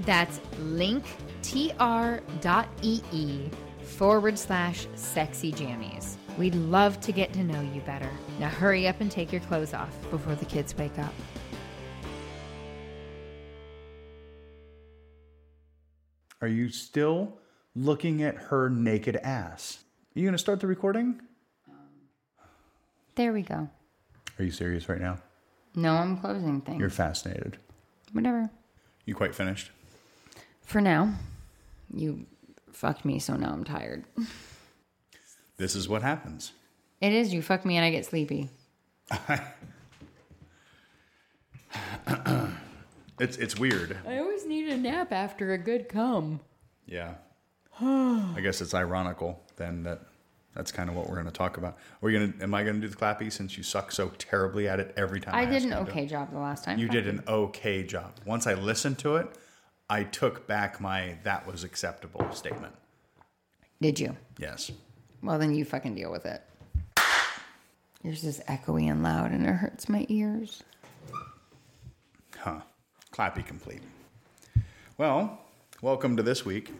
That's linktr.ee E forward slash sexy jammies. We'd love to get to know you better. Now hurry up and take your clothes off before the kids wake up. Are you still looking at her naked ass? Are you going to start the recording? There we go. Are you serious right now? No, I'm closing things. You're fascinated. Whatever. You quite finished? For now, you fucked me, so now I'm tired. This is what happens. It is, you fuck me and I get sleepy. It's it's weird. I always need a nap after a good cum. Yeah. I guess it's ironical then that that's kind of what we're going to talk about. Are we going to? Am I going to do the clappy since you suck so terribly at it every time? I ask did an you to do it? okay job the last time. You did an okay job. Once I listened to it, I took back my "that was acceptable" statement. Did you? Yes. Well, then you fucking deal with it. Yours is echoey and loud, and it hurts my ears. Huh. Clappy complete. Well, welcome to this week.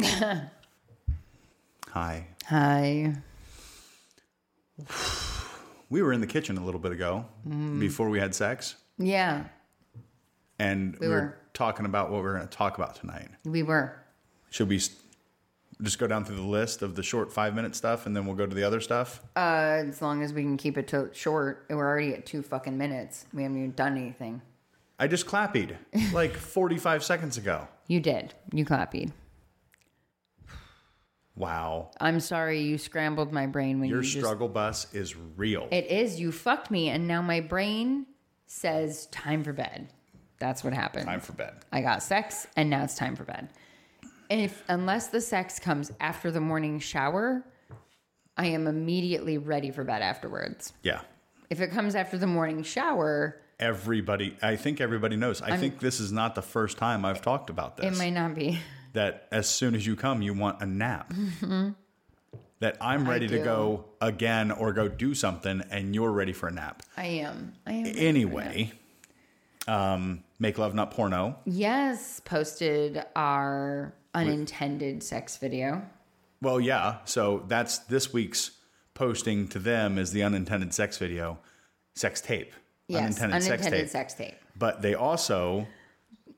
Hi. Hi. We were in the kitchen a little bit ago Mm. before we had sex. Yeah, and we, We were, were. talking about what we are going to talk about tonight. we were. Should we s- just go down through the list of the short five minute stuff, and then we'll go to the other stuff? Uh, as long as we can keep it to short, we're already at two fucking minutes. We haven't even done anything. I just clappied like forty five seconds ago. You did. You copied. Wow, I'm sorry you scrambled my brain when your you just. struggle bus is real. It is. You fucked me, and now my brain says time for bed. That's what happened. Time for bed. I got sex and now it's time for bed. If unless the sex comes after the morning shower, I am immediately ready for bed afterwards. Yeah, If it comes after the morning shower, everybody. I think everybody knows. I think this is not the first time I've talked about it this. might not be. that as soon as you come, you want a nap. That I'm ready to Mm-hmm. do. go again or go do something, and you're ready for a nap. I am. I am. anyway, um, make love not porno. Yes, posted our unintended sex video. Well, yeah. So that's this week's posting to them is the unintended sex video, sex tape, Yes, unintended, sex tape. sex tape. But they also,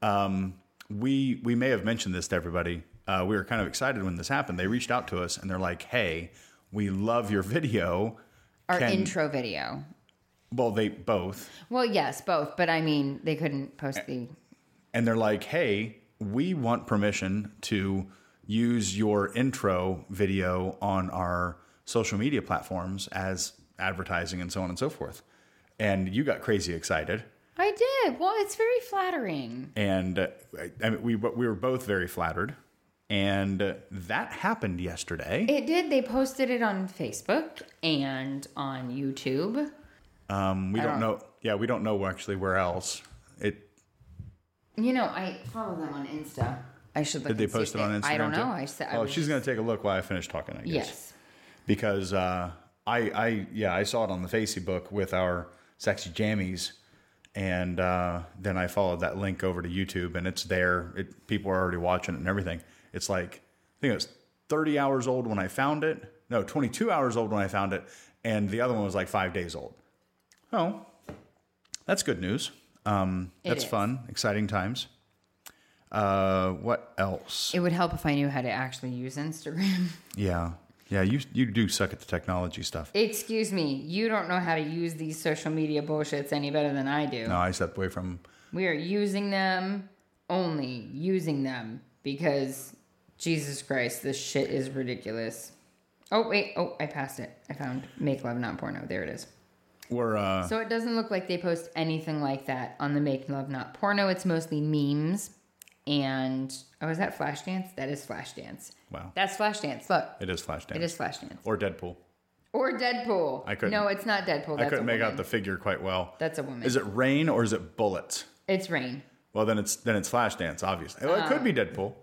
um, we we may have mentioned this to everybody. Uh, we were kind of excited when this happened. They reached out to us and they're like, "Hey, we love your video." Our Can- intro video. Well, they both. Well, yes, both, but I mean, they couldn't Eh. post the and they're like, "Hey, we want permission to use your intro video on our social media platforms as advertising and so on and so forth." And you got crazy excited, I did. Well, it's very flattering. and uh, I- I mean, we we were both very flattered, and uh, that happened yesterday. It did. They posted it on Facebook and on YouTube. Um, we don't know, yeah, we don't know actually where else it. You know, I follow them on Insta. I should look. Did they and see post if it on Instagram? I don't too? know. I said. I Oh, was she's gonna take a look while I finish talking. I guess. Yes. because uh, I, I, yeah, I saw it on the Facebook with our sexy jammies, and uh, then I followed that link over to YouTube, and it's there. It, people are already watching it and everything. It's like I think it was 30 hours old when I found it. No, 22 hours old when I found it, and the other one was like five days old. Oh, that's good news. Um, It that's is. fun, exciting times. Uh, what else? It would help if I knew how to actually use Instagram. Yeah. Yeah, you you do suck at the technology stuff. Excuse me, you don't know how to use these social media bullshits any better than I do. No, I stepped away from. We are using them, only using them, because Jesus Christ, this shit is ridiculous. Oh, wait. Oh, I passed it. I found Make Love Not Porno. There it is. We're uh, So it doesn't look like they post anything like that on the Make Love Not Porno. It's mostly memes. And, oh, is that Flashdance? That is Flashdance. wow. That's Flashdance. Look, It is Flashdance. it is Flashdance. or Deadpool. Or Deadpool. I couldn't- No, it's not Deadpool. That's I couldn't a make woman. out the figure quite well. That's a woman. Is it rain or is it bullets? It's rain. Well, then it's then it's Flashdance, obviously. Well, it Ah. could be Deadpool.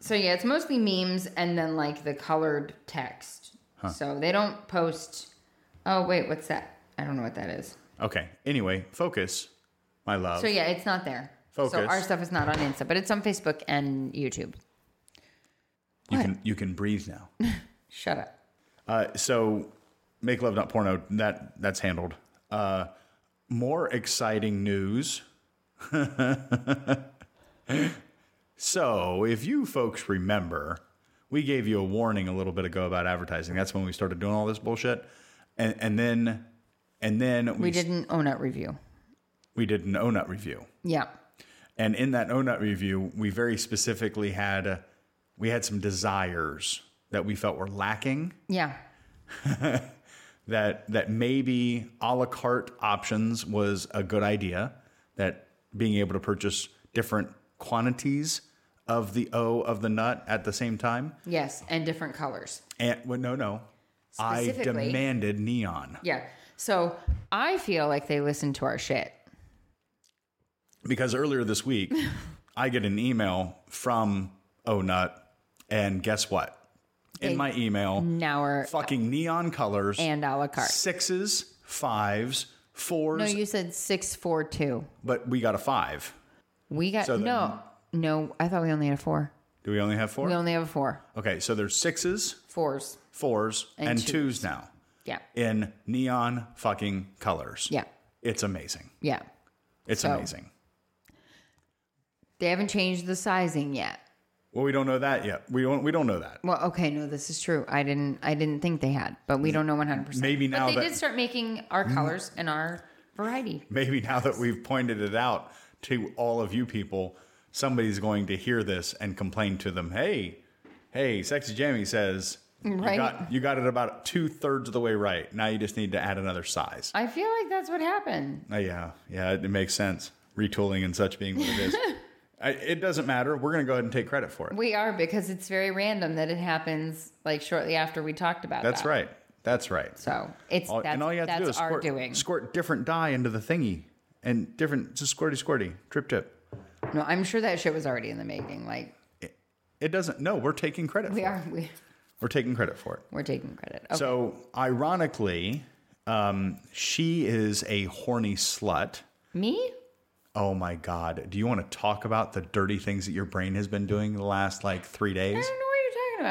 So yeah, it's mostly memes and then like the colored text. So they don't post. Oh wait, what's that? I don't know what that is. Okay. Anyway, focus, my love. So yeah, it's not there. So Focus. our stuff is not on Insta, but it's on Facebook and YouTube. you can you can breathe now. Shut up. Uh, so, make love not porno. That that's handled. Uh, more exciting news. so, if you folks remember, we gave you a warning a little bit ago about advertising. That's when we started doing all this bullshit, and and then and then we We didn't own it review. we did an O Nut review. Yeah. And in that ONUT review, we very specifically had we had some desires that we felt were lacking Yeah. that that maybe a la carte options was a good idea. That being able to purchase different quantities of the O of the nut at the same time. Yes, and different colors. And well, no, no, I Specifically- demanded neon Yeah. So I feel like they listen to our shit. because earlier this week I get an email from ONUT, and guess what? In my email, Now we're fucking neon colors Mm. and a la carte. sixes, fives, fours, No, you said six four two. but we got a five. We got So the- no, no. I thought we only had a four. Do we only have four? We only have a four. Okay, so there's sixes, Fours. fours, and, twos. twos. now Yeah. in neon fucking colors. Yeah. It's amazing. Yeah. It's So- amazing. They haven't changed the sizing yet. Well, we don't know that yet. We don't. We don't know that. Well, okay, no, this is true. I didn't I didn't think they had, but we don't know 100%. Maybe now but they that did start making our colors and our variety. maybe now that we've pointed it out to all of you people, somebody's going to hear this and complain to them. Hey, hey, sexy Jamie says Right. you got you got it about two thirds of the way right. Now you just need to add another size. I feel like that's what happened. Uh, yeah, yeah, it, it makes sense. Retooling and such being what it is. I, it doesn't matter. We're going to go ahead and take credit for it. We are because it's very random that it happens like shortly after we talked about That's that. right. That's right. So, it's All- that's, and all you have that's to do is our squirt, doing. squirt different dye into the thingy and different, just squirty, squirty, drip, drip. No, I'm sure that shit was already in the making. Like It doesn't, no, we're taking credit we for are it. we, We're taking credit for it. we're taking credit. Oh, Okay. So, ironically, um, she is a horny slut. Me? Oh my God. Do you want to talk about the dirty things that your brain has been doing the last like three I days? don't know what you're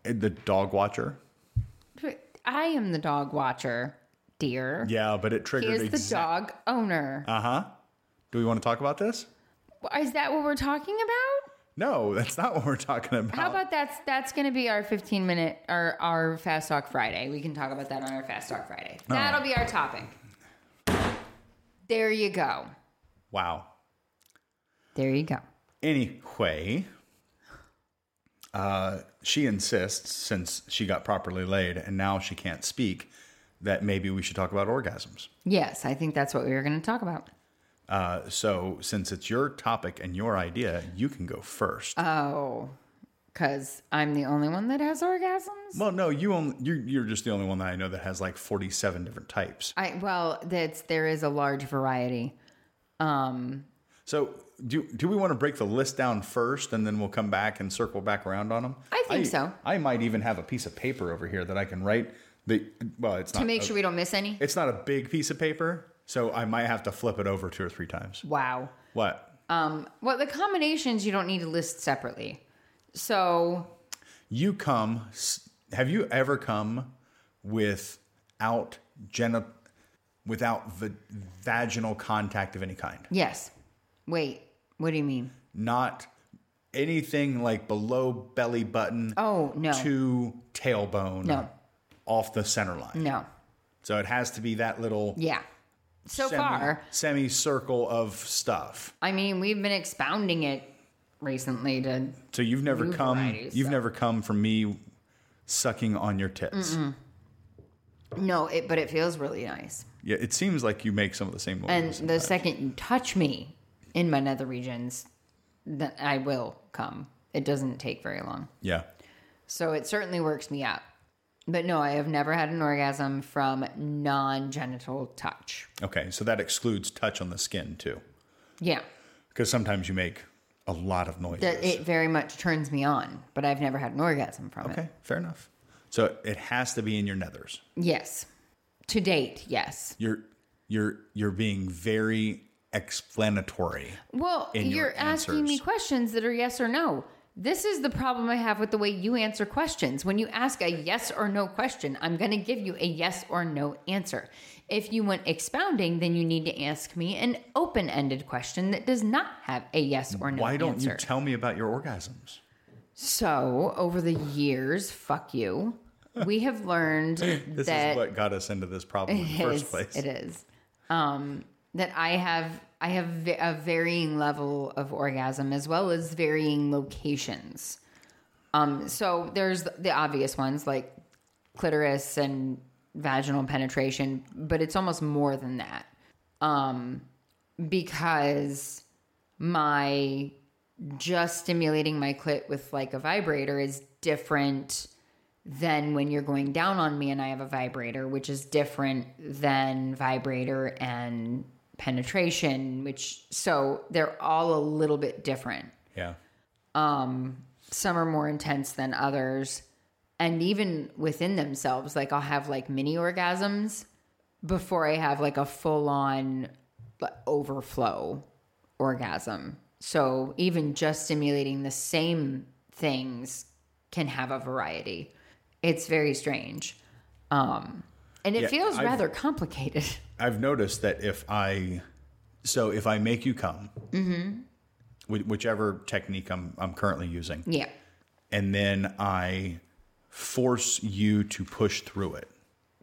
talking about. The dog watcher. I am the dog watcher, dear. Yeah, but it He triggered. is the dog owner. Uh huh. Do we want to talk about this? is that what we're talking about? No, that's not what we're talking about. How about that's that's going to be our 15 minute our our fast talk Friday. We can talk about that on our fast talk Friday. That'll be our topic. There you go. wow. There you go. Anyway, uh, she insists since she got properly laid and now she can't speak that maybe we should talk about orgasms. Yes, I think that's what we were going to talk about. Uh, so since it's your topic and your idea, you can go first. Oh, because I'm the only one that has orgasms. well, no, you only you're, you're just the only one that I know that has like 47 different types. I well, that's there is a large variety. Um, So do do we want to break the list down first, and then we'll come back and circle back around on them? I think so. I might even have a piece of paper over here that I can write. The well, it's not to make a, sure we don't miss any. it's not a big piece of paper, so I might have to flip it over two or three times. Wow. What Um, well, the combinations you don't need to list separately. So you come? s- Have you ever come without geni- without va- vaginal contact of any kind? yes. Wait. What do you mean? Not anything like below belly button Oh, no. to tailbone No. off the center line. No. So it has to be that little Yeah. So semi- far, semicircle of stuff. I mean, we've been expounding it recently to So you've never New come varieties, you've so. never come from me sucking on your tits. no, it but it feels really nice. Yeah, it seems like you make some of the same And noises. the second you touch me in my nether regions, then I will come. It doesn't take very long. yeah. So it certainly works me out. But no, I have never had an orgasm from non-genital touch. Okay, so that excludes touch on the skin too. Yeah. Because sometimes you make a lot of noises. That it very much turns me on, but I've never had an orgasm from it. okay, fair enough. So it has to be in your nethers. Yes. To date, yes. You're you're you're being very explanatory. Well, in your you're asking me answers. questions that are yes or no. This is the problem I have with the way you answer questions. When you ask a yes or no question, I'm going to give you a yes or no answer. If you want expounding, then you need to ask me an open ended question that does not have a yes or no Why don't answer. you tell me about your orgasms? so, over the years, fuck you, we have learned This is that. what got us into this problem in the first is, place. It is um, that I have I have v- a varying level of orgasm as well as varying locations. Um, so there's the obvious ones like clitoris and vaginal penetration, but it's almost more than that um, because my just stimulating my clit with like a vibrator is different than when you're going down on me and I have a vibrator, which is different than vibrator and penetration, which so they're all a little bit different. Yeah. Um, some are more intense than others. And even within themselves, like I'll have like mini orgasms before I have like a full on overflow orgasm. So even just stimulating the same things can have a variety. It's very strange. Um, and it Yeah, feels I've- rather complicated. I've noticed that if I, so if I make you come, Mm-hmm. whi- whichever technique I'm, I'm currently using, yeah. and then I force you to push through it.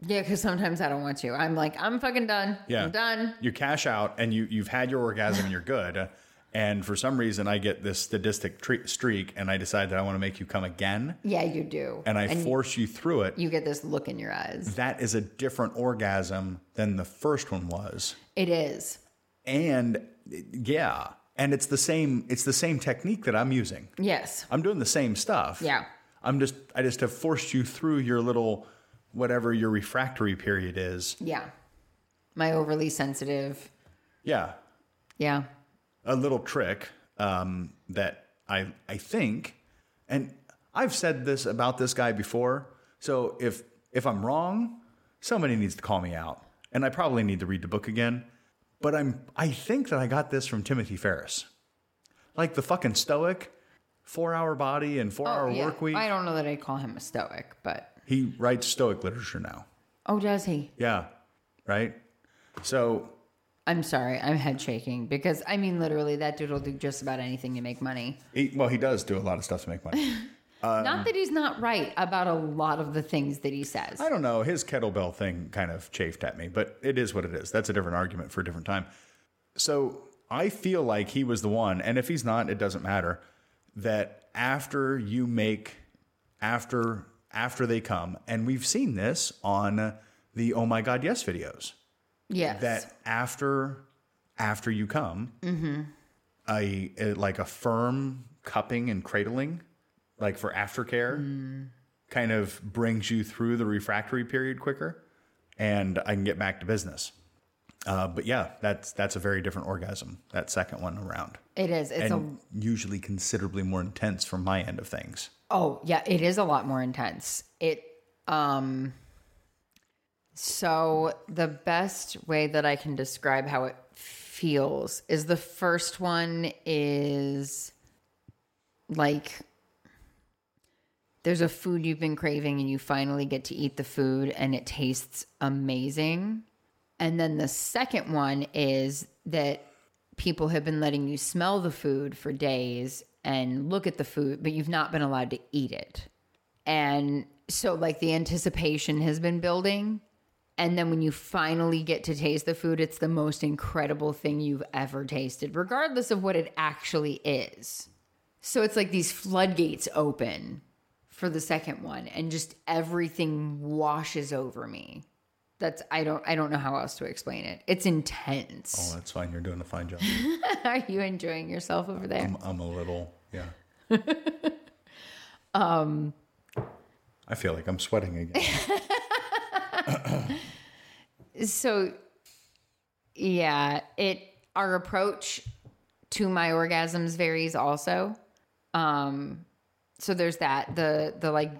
Yeah, because sometimes I don't want to. I'm like, I'm fucking done. Yeah. I'm done. You cash out and you, you've had your orgasm and you're good. And for some reason, I get this sadistic tre- streak and I decide that I want to make you come again Yeah, you do. and I force you through it. you get this look in your eyes. that is a different orgasm than the first one was. It is. And yeah, and it's the same it's the same technique that I'm using. Yes. I'm doing the same stuff. Yeah. I'm just I just have forced you through your little whatever your refractory period is. Yeah. My overly sensitive. Yeah. Yeah. A little trick um, that I I think and I've said this about this guy before. So if if I'm wrong, somebody needs to call me out. And I probably need to read the book again. But I'm I think that I got this from Timothy Ferris. Like the fucking stoic 4-hour body and 4-hour Oh, yeah. work week. I don't know that I'd call him a stoic, but He writes stoic literature now. oh, does he? Yeah. Right? So, I'm sorry, I'm head shaking because I mean, literally, that dude will do just about anything to make money. he, well, he does do a lot of stuff to make money. Um, not that he's not right about a lot of the things that he says. I don't know. His kettlebell thing kind of chafed at me, but it is what it is. That's a different argument for a different time. So, I feel like he was the one, and if he's not, it doesn't matter, that after you make, after after they come, and we've seen this on the Oh My God Yes videos. yes. that after after you come a, a- like a firm cupping and cradling like for aftercare kind of brings you through the refractory period quicker and i can get back to business uh, but yeah that's that's a very different orgasm that second one around it is. It's a and usually considerably more intense from my end of things Oh, yeah, it is a lot more intense. It um so the best way that I can describe how it feels is the first one is like there's a food you've been craving and you finally get to eat the food and it tastes amazing. And then the second one is that people have been letting you smell the food for days and look at the food, but you've not been allowed to eat it. And so, like, the anticipation has been building. And then when you finally get to taste the food, it's the most incredible thing you've ever tasted, regardless of what it actually is. So it's like these floodgates open for the second one and just everything washes over me. That's I don't I don't know how else to explain it. It's Oh, intense. that's fine. You're doing a fine job. Are you enjoying yourself over there? I'm, I'm a little, yeah. um, Um, I feel like I'm sweating again. so yeah it our approach to my orgasms varies also um so there's that the the like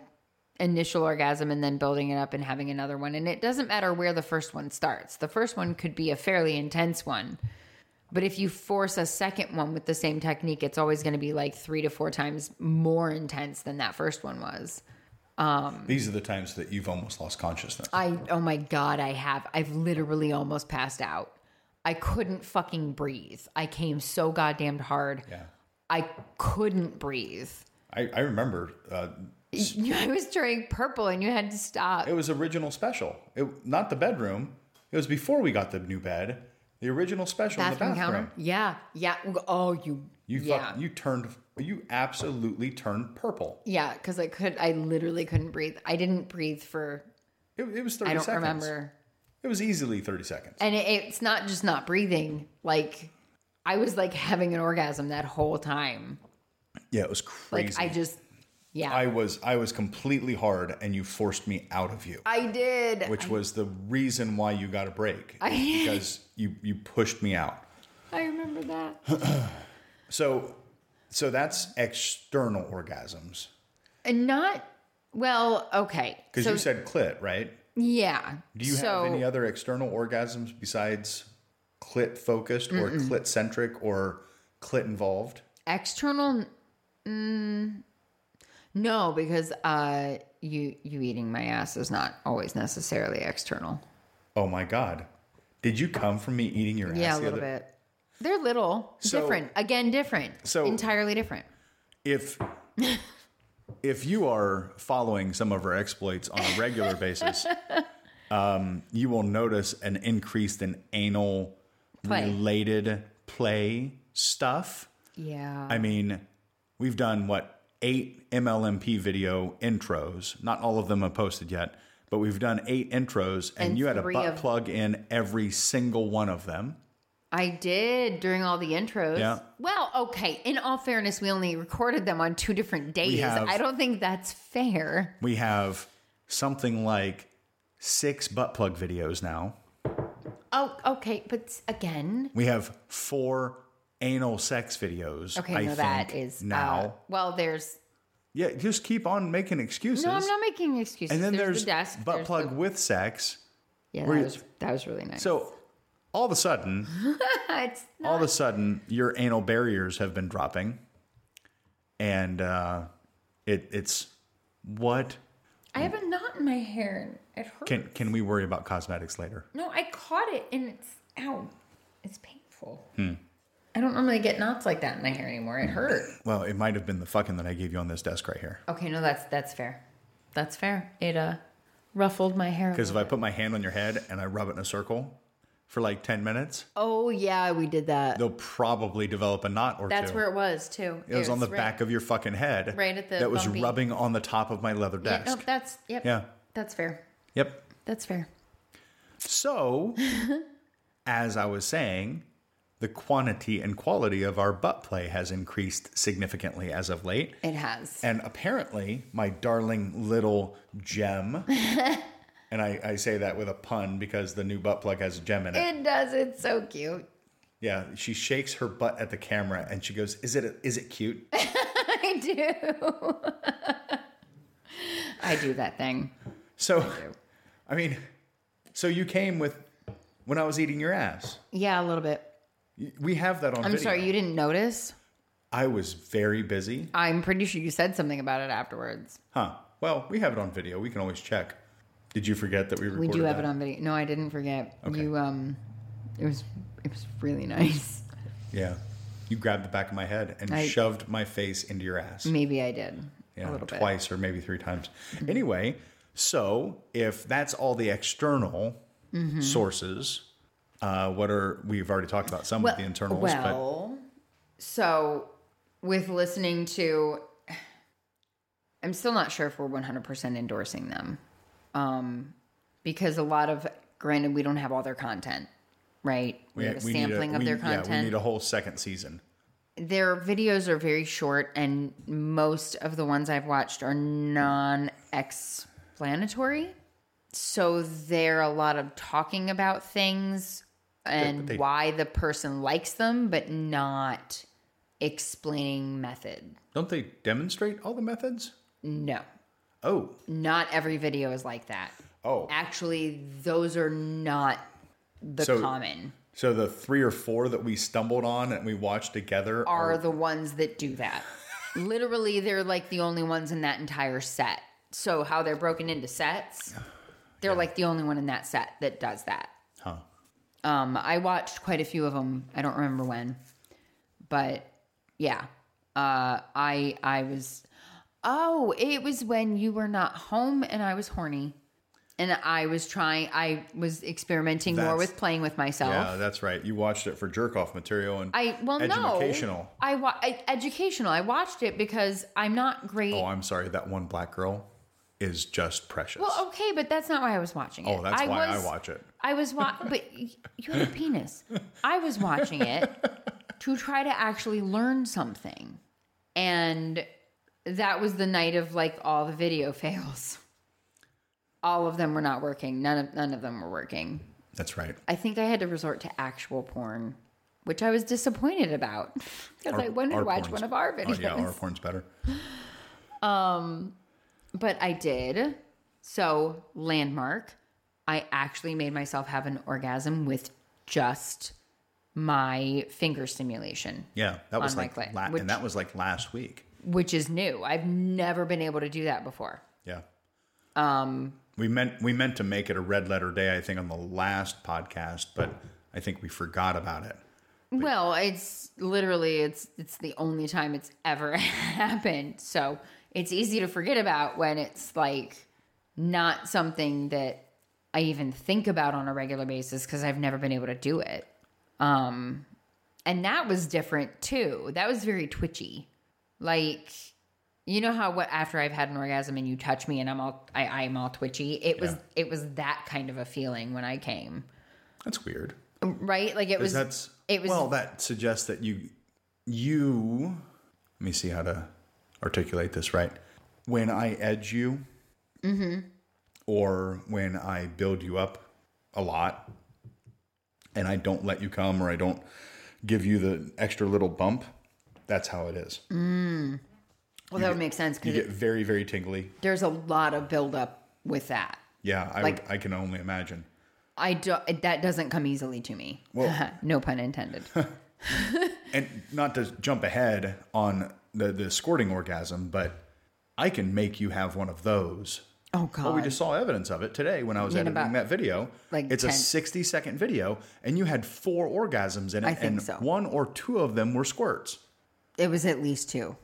initial orgasm and then building it up and having another one and it doesn't matter where the first one starts the first one could be a fairly intense one but if you force a second one with the same technique it's always going to be like 3 to 4 times more intense than that first one was These are the times that you've almost lost consciousness. I oh my god, I have. I've literally almost passed out. I couldn't fucking breathe. I came so goddamned hard. Yeah. I couldn't breathe. I, I remember uh, I was turning purple and you had to stop. it was original special. It, not the bedroom. It was before we got the new bed. The original special in Bathroom the bathroom. counter? Yeah. Yeah. Oh, you You yeah. fuck, you turned you absolutely turned purple. yeah, cuz I could I literally couldn't breathe. I didn't breathe for It, it was 30 I don't seconds. remember. It was easily 30 seconds. And it, it's not just not breathing. Like I was like having an orgasm that whole time. yeah, it was Like crazy. I just yeah. I was I was completely hard and you forced me out of you. I did. which was the reason why you got a break I- because you you pushed me out. I remember that. So so that's external orgasms And not well, okay. because so, you said clit, right? yeah. Do you so, have any other external orgasms besides clit focused or clit centric or clit involved? external? Mm, no, because uh, you you eating my ass is not always necessarily external. Oh my god. Did you come from me eating your ass? Yeah, a the little other- bit. They're little, So- different. Again, different. So- entirely different. if if you are following some of our exploits on a regular basis, um, you will notice an increase in anal Play. related play stuff. Yeah. I mean, we've done what eight MLMP video intros. Not all of them are posted yet, but we've done eight intros, and, And you had a three butt of- plug in every single one of them. I did during all the intros. Yeah. Well, okay. In all fairness, we only recorded them on two different days. have- I don't think that's fair. We have something like six butt plug videos now. Oh, okay. But again, We have four anal sex videos. Okay, I no, that think, is uh, now. well, there's yeah, just keep on making excuses. no. I'm not making excuses. and then there's, there's, the desk. butt there's plug The, with sex. yeah, where that you- was that was really nice. So all of a sudden, it's all of a sudden, your anal barriers have been dropping, and uh, it it's what I have a knot in my hair. and It hurts. can can we worry about cosmetics later? no, I caught it and it's ow. It's painful. Hmm. I don't normally get knots like that in my hair anymore. It hurt. Well, it might have been the fucking that I gave you on this desk right here. Okay, no, that's that's fair. That's fair. It uh ruffled my hair. a Because if little I put my hand on your head and I rub it in a circle for like ten minutes, bit. oh yeah, we did that. they'll probably develop a knot or that's two. where it was too. It was on the back of your fucking head. Right at the That was bumpy- rubbing on the top of my leather Yeah, oh. desk. no, that's yep. Yeah. That's fair. Yep. That's fair. So, as I was saying, the quantity and quality of our butt play has increased significantly as of late. It has. And apparently, my darling little gem, and I, I say that with a pun because the new butt plug has a gem in it. It does. It's so cute. Yeah, she shakes her butt at the camera and she goes, "Is it is it cute?" I do. I do that thing. So, I mean, so you came with when I was eating your ass. Yeah, a little bit. We have that on. I'm sorry you didn't notice. I was very busy. I'm pretty sure you said something about it afterwards. Huh. Well, we have it on video. We can always check. Did you forget that we We recorded do have that? it on video. No, I didn't forget. Okay. You um it was it was really nice. Yeah. You grabbed the back of my head and I- shoved my face into your ass. Maybe I did. yeah, a little bit. Mm-hmm. twice or maybe three times. Anyway, so if that's all the external Mm-hmm. sources, uh, what are we've already talked about some of the internals, Well, so with listening to, I'm still not sure if we're 100% endorsing them, um, because a lot of, granted, we don't have all their content, right? but We, have a sampling need of we- their Yeah, we content. need a whole second season. their videos are very short, and most of the ones I've watched are non-explanatory. So they're a lot of talking about things and they- why the person likes them, but not explaining method. Don't they demonstrate all the methods? No, Oh, not every video is like that. oh. Actually, those are not the So- common. So the three or four that we stumbled on and we watched together are the ones that do that. Literally, they're like the only ones in that entire set. So how they're broken into sets, they're like the only one in that set that does that. huh. Um, I watched quite a few of them. I don't remember when, but yeah, uh, I I was. Oh, it was when you were not home and I was horny, and I was trying. I was experimenting more That's- with playing with myself. Yeah, that's right. You watched it for jerk off material and I well no educational. I, wa- I educational. I watched it because I'm not great. Oh, I'm sorry. That one black girl is just precious. well, okay, but that's not why I was watching it. oh, that's why was- I watch it. I was wa- but y- you had a penis. I was watching it to try to actually learn something, and that was the night of like all the video fails. All of them were not working. None of none of them were working. That's right. I think I had to resort to actual porn, which I was disappointed about because I wanted to Our watch porn's- one of our videos. Oh, yeah, our porn's better. But I did. So, landmark, I actually made myself have an orgasm with just my finger stimulation, Yeah, that was On my like clit, la- which- and that was like last week. which is new. I've never been able to do that before. Yeah. Um, Um, we meant we meant to make it a red letter day. I think on the last podcast, but I think we forgot about it. Well, it's literally it's it's the only time it's ever happened. So, it's easy to forget about when it's like not something that I even think about on a regular basis cuz I've never been able to do it. Um and that was different too. That was very twitchy. Like you know how what after I've had an orgasm and you touch me and I'm all I I'm all twitchy. It was it was that kind of a feeling when I came. That's weird. Right? Like it was that's it was- well that suggests that you you let me see how to articulate this right when i edge you Mm-hmm. or when i build you up a lot and i don't let you come or i don't give you the extra little bump that's how it is well that would make sense you cuz get very very tingly there's a lot of buildup with that. yeah i, Like- would, I can only imagine I do that doesn't come easily to me. no pun intended. and not to jump ahead on the, the squirting orgasm but i can make you have one of those Oh god. Well, we just saw evidence of it today when I was mean editing about, that video. like, it's 10 a 60 second video, and you had four orgasms in it, I think and so. one or two of them were squirts. it was at least two.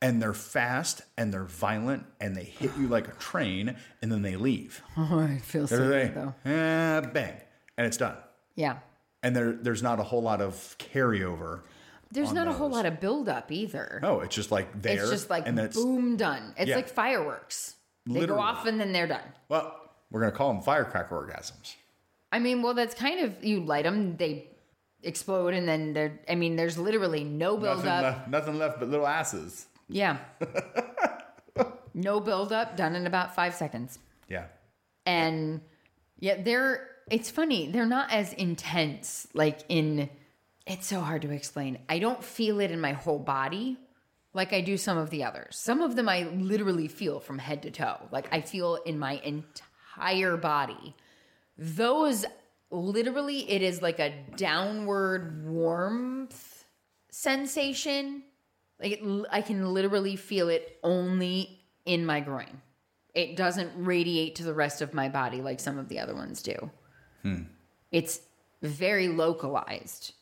And they're fast and they're violent and they hit you like a train and then they leave. Oh, I feel so They're like, good though. "Ah, bang, and it's done. Yeah. And there, there's not a whole lot of carryover. There's On not a whole those. lot of buildup either. No, it's just like there. it's just like and then it's boom done. It's Yeah. like fireworks. They go Literally. off and then they're done. well, we're gonna call them firecracker orgasms. I mean, well, that's kind of you light them, they explode, and then they're. I mean, there's literally no buildup. Nothing left, nothing left but little asses. Yeah. no buildup. Done in about five seconds. Yeah, and yet they're it's funny they're not as intense like in it's so hard to explain i don't feel it in my whole body like i do some of the others some of them i literally feel from head to toe like i feel in my entire body those literally it is like a downward warmth sensation like it, l- i can literally feel it only in my groin it doesn't radiate to the rest of my body like some of the other ones do. It's very localized.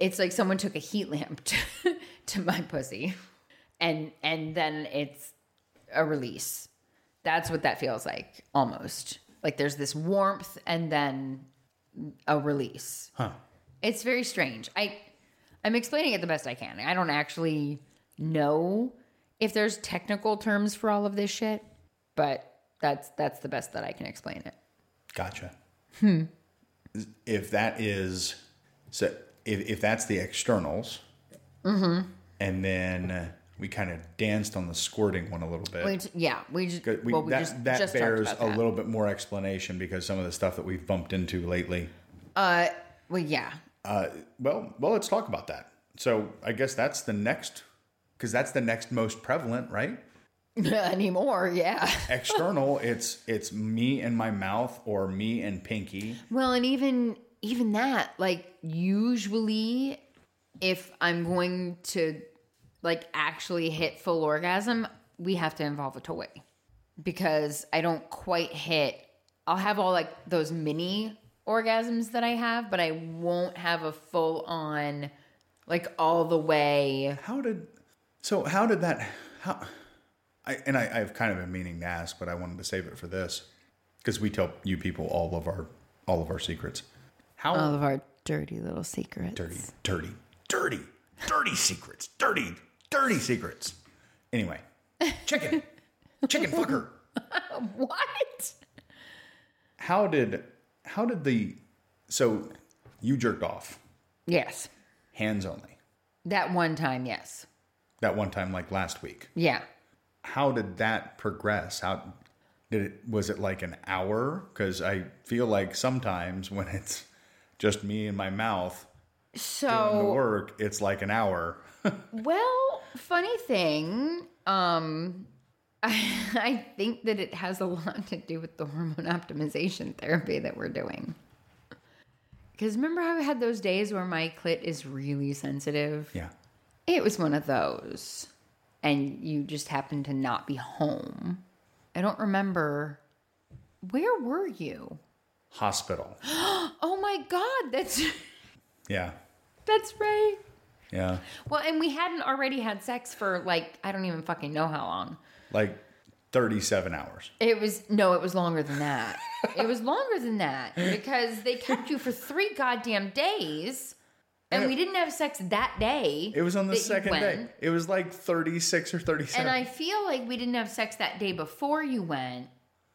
It's like someone took a heat lamp to, to my pussy, and and then it's a release. That's what that feels like almost. Like there's this warmth and then a release. Huh. It's very strange. I I'm explaining it the best I can. I don't actually know if there's technical terms for all of this shit, but that's that's the best that I can explain it. Gotcha. Hmm. If that is so, if if that's the externals, Mm-hmm. and then we kind of danced on the squirting one a little bit. We j- yeah, we just 'Cause we- well, we that just, that just bears talked a about that. little bit more explanation because some of the stuff that we've bumped into lately. Uh, well, yeah, Uh, well, well, let's talk about that. So I guess that's the next, because that's the next most prevalent, right? anymore, yeah. External, it's it's me and my mouth or me and pinky. Well, and even even that, like usually if I'm going to like actually hit full orgasm, we have to involve a toy because I don't quite hit I'll have all like those mini orgasms that I have, but I won't have a full on like all the way. How did so? How did that? How? I and I, I've kind of been meaning to ask, but I wanted to save it for this because we tell you people all of our all of our secrets. How All of our dirty little secrets. dirty, dirty, dirty, dirty secrets, dirty, dirty secrets. Anyway, chicken, chicken fucker. What? How did how did the so you jerked off Yes. hands only That one time, yes. that one time like last week? Yeah. how did that progress how did it was it like an hour because i feel like sometimes when it's just me and my mouth So doing the work it's like an hour Well, funny thing, um, I, I think that it has a lot to do with the hormone optimization therapy that we're doing. Because remember how I had those days where my clit is really sensitive? yeah It was one of those. And you just happened to not be home. I don't remember. Where were you? hospital Oh my God, that's yeah that's right. yeah Well, and we hadn't already had sex for like, I don't even fucking know how long. like 37 hours It was no, it was longer than that. it was longer than that because they kept you for three goddamn days, and we didn't have sex that day. it was on the that you second went. day it was like 36 or 37 and I feel like we didn't have sex that day before you went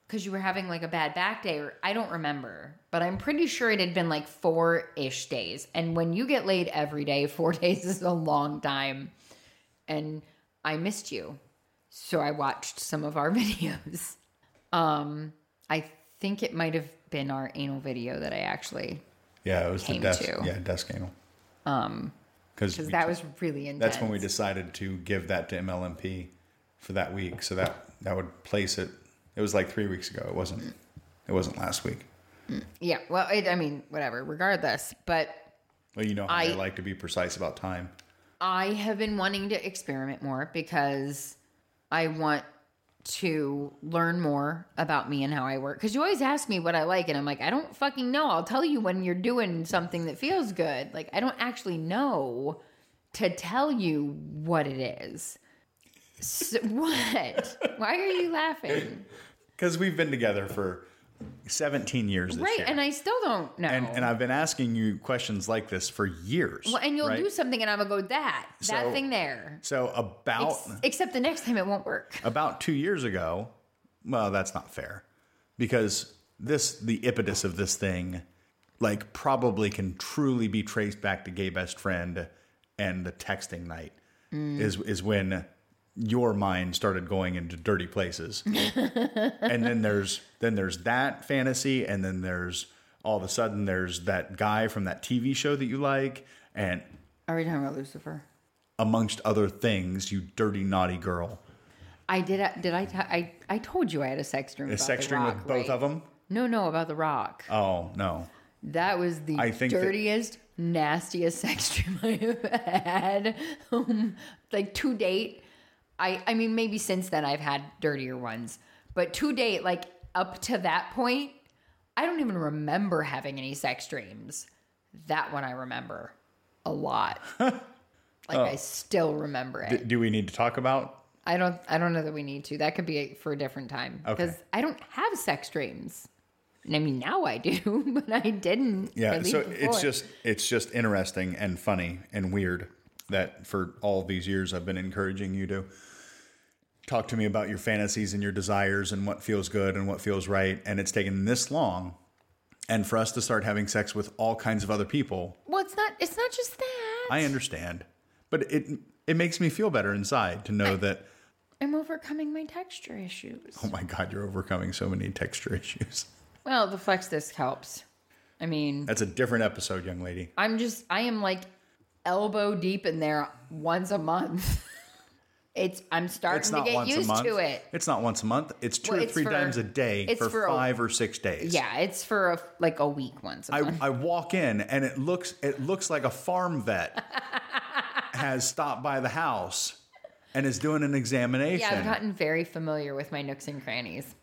because you were having like a bad back day, or I don't remember, but I'm pretty sure it had been like four ish days. And when you get laid every day, four days is a long time. And I missed you. So I watched some of our videos. Um, I think it might have been our anal video that I actually, yeah it was the came desk to. yeah desk anal um because because that was really intense. that's when we decided to give that to MLMP for that week. So that that would place it. It was like three weeks ago. It wasn't. It wasn't last week. Yeah. Well, it, I mean, whatever, regardless. But Well, you know how I- they like to be precise about time. I have been wanting to experiment more because I want to learn more about me and how I work. Because you always ask me what I like, and I'm like, I don't fucking know. I'll tell you when you're doing something that feels good. Like, I don't actually know to tell you what it is. So, what? Why are you laughing? Because we've been together for 17 years this Right. year, And I still don't know. and, and I've been asking you questions like this for years. well, and you'll right? do something, and I'm going to go, that, that So- Oh. thing there. So about Ex- except the next time it won't work. about two years ago. Well, that's not fair, because this the impetus of this thing, like probably can truly be traced back to gay best friend and the texting night Mm. is is when your mind started going into dirty places, and then there's then there's that fantasy, and then there's all of a sudden there's that guy from that TV show that you like, and Are we talking about Lucifer? amongst other things, you dirty naughty girl. I did. uh, Did I? t- I I told you I had a sex dream. A about sex the dream rock, with both right? of them. No, no, about the Rock. Oh no! That was the I think that- dirtiest, nastiest sex dream I have had. Um, like to date, I I mean maybe since then I've had dirtier ones, but to date, like up to that point, I don't even remember having any sex dreams. That one I remember. a lot. like Oh. I still remember it. D- do we need to talk about? I don't. I don't know that we need to. That could be for a different time Okay. because I don't have sex dreams. And I mean, now I do, but I didn't. Yeah. at least So before. it's just it's just interesting and funny and weird that for all these years I've been encouraging you to talk to me about your fantasies and your desires and what feels good and what feels right, and it's taken this long, and for us to start having sex with all kinds of other people. well, it's not. It's not just that. I understand, but it it makes me feel better inside to know that I'm overcoming my texture issues. oh my god, you're overcoming so many texture issues. Well, the flex disc helps. I mean, That's a different episode, young lady. I'm just. I am like elbow deep in there once a month. it's. I'm starting It's to not get once a used month. to it. It's not once a month. It's two Well, or it's three for- times a day it's for, for a- five or six days. Yeah, it's for a, like a week once a I, month. I walk in and it looks it looks like a farm vet has stopped by the house and is doing an examination. yeah, I've gotten very familiar with my nooks and crannies.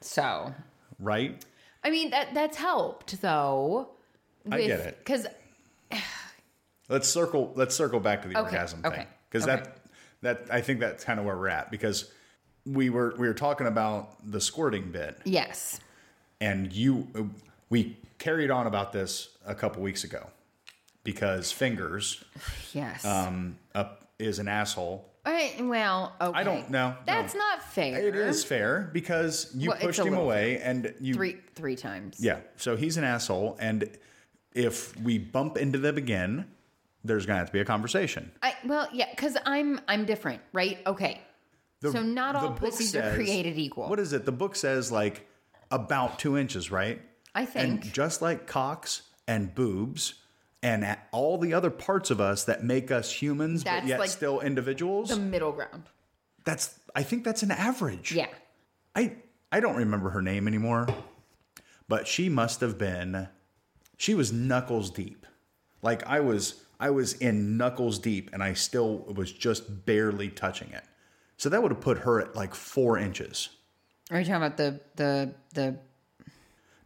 So right? I mean that that's helped though. I get it. Because Let's circle let's circle back to the Okay, orgasm okay, thing. Because okay. that that I think that's kind of where we're at because we were we were talking about the squirting bit yes, and you uh, we carried on about this a couple weeks ago because fingers yes. um, up is an asshole. I, well, okay. don't- no, no. That's not fair. It is fair because you Well, it's pushed a him little away and you three three times. Yeah. So he's an asshole. And if we bump into them again, there's going to have to be a conversation. I, well, yeah, because I'm I'm different, right? Okay. The- So not the all book pussies says- are created equal. What is it? The book says like about two inches, right? I And think. just like cocks and boobs and a- all the other parts of us that make us humans, but That's yet like still individuals, the middle ground? that's, I think that's an average. Yeah. I I don't remember her name anymore, but she must have been she was knuckles deep. Like I was I was in knuckles deep and I still was just barely touching it. So that would have put her at like four inches. Are you talking about the the the?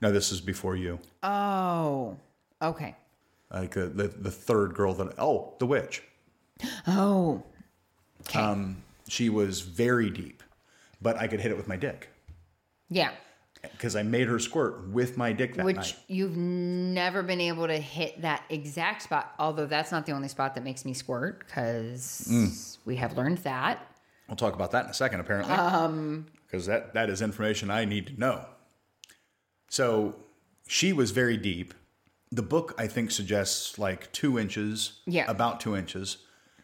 No, this is before you. Oh, okay. Like uh, the the third girl that oh the witch. Oh, Um, She was very deep, but I could hit it with my dick yeah. because I made her squirt with my dick that Which night. you've never been able to hit that exact spot. Although that's not the only spot that makes me squirt because Mm. we have learned that. We'll talk about that in a second, apparently, Um. because that that is information I need to know. So she was very deep. The book I think suggests like two inches, Yeah. about two inches.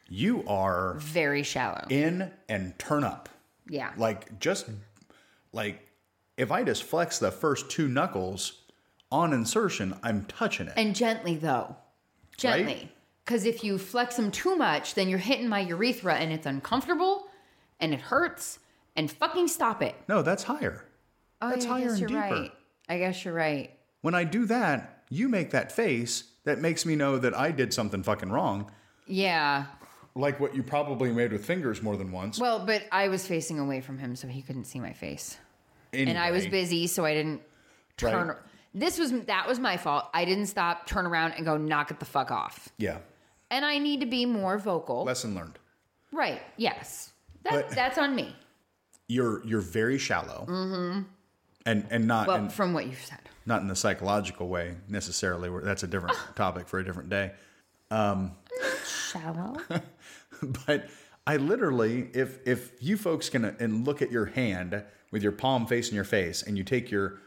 You are Very shallow. in and turn up, yeah. like just like if I just flex the first two knuckles on insertion, I'm touching it. and gently though. Gently. Because if you flex them too much, then you're hitting my urethra and it's uncomfortable and it hurts. And fucking stop it. no, that's higher. Oh, That's yeah, I higher guess and you're deeper. right. I guess you're right. When I do that, you make that face that makes me know that I did something fucking wrong. Yeah. like what you probably made with fingers more than once. Well, but I was facing away from him, so he couldn't see my face. and I was Anyway, busy, so I didn't turn. Right. This was that was my fault. I didn't stop, turn around, and go knock it the fuck off. Yeah, And I need to be more vocal. lesson learned. right? Yes, that, But- that's on me. You're you're very shallow, mm-hmm. and and not Well, in, from what you've said, not in the psychological way necessarily. where That's a different topic for a different day. shallow. But I literally, if if you folks can uh, and look at your hand with your palm facing your face, and you take your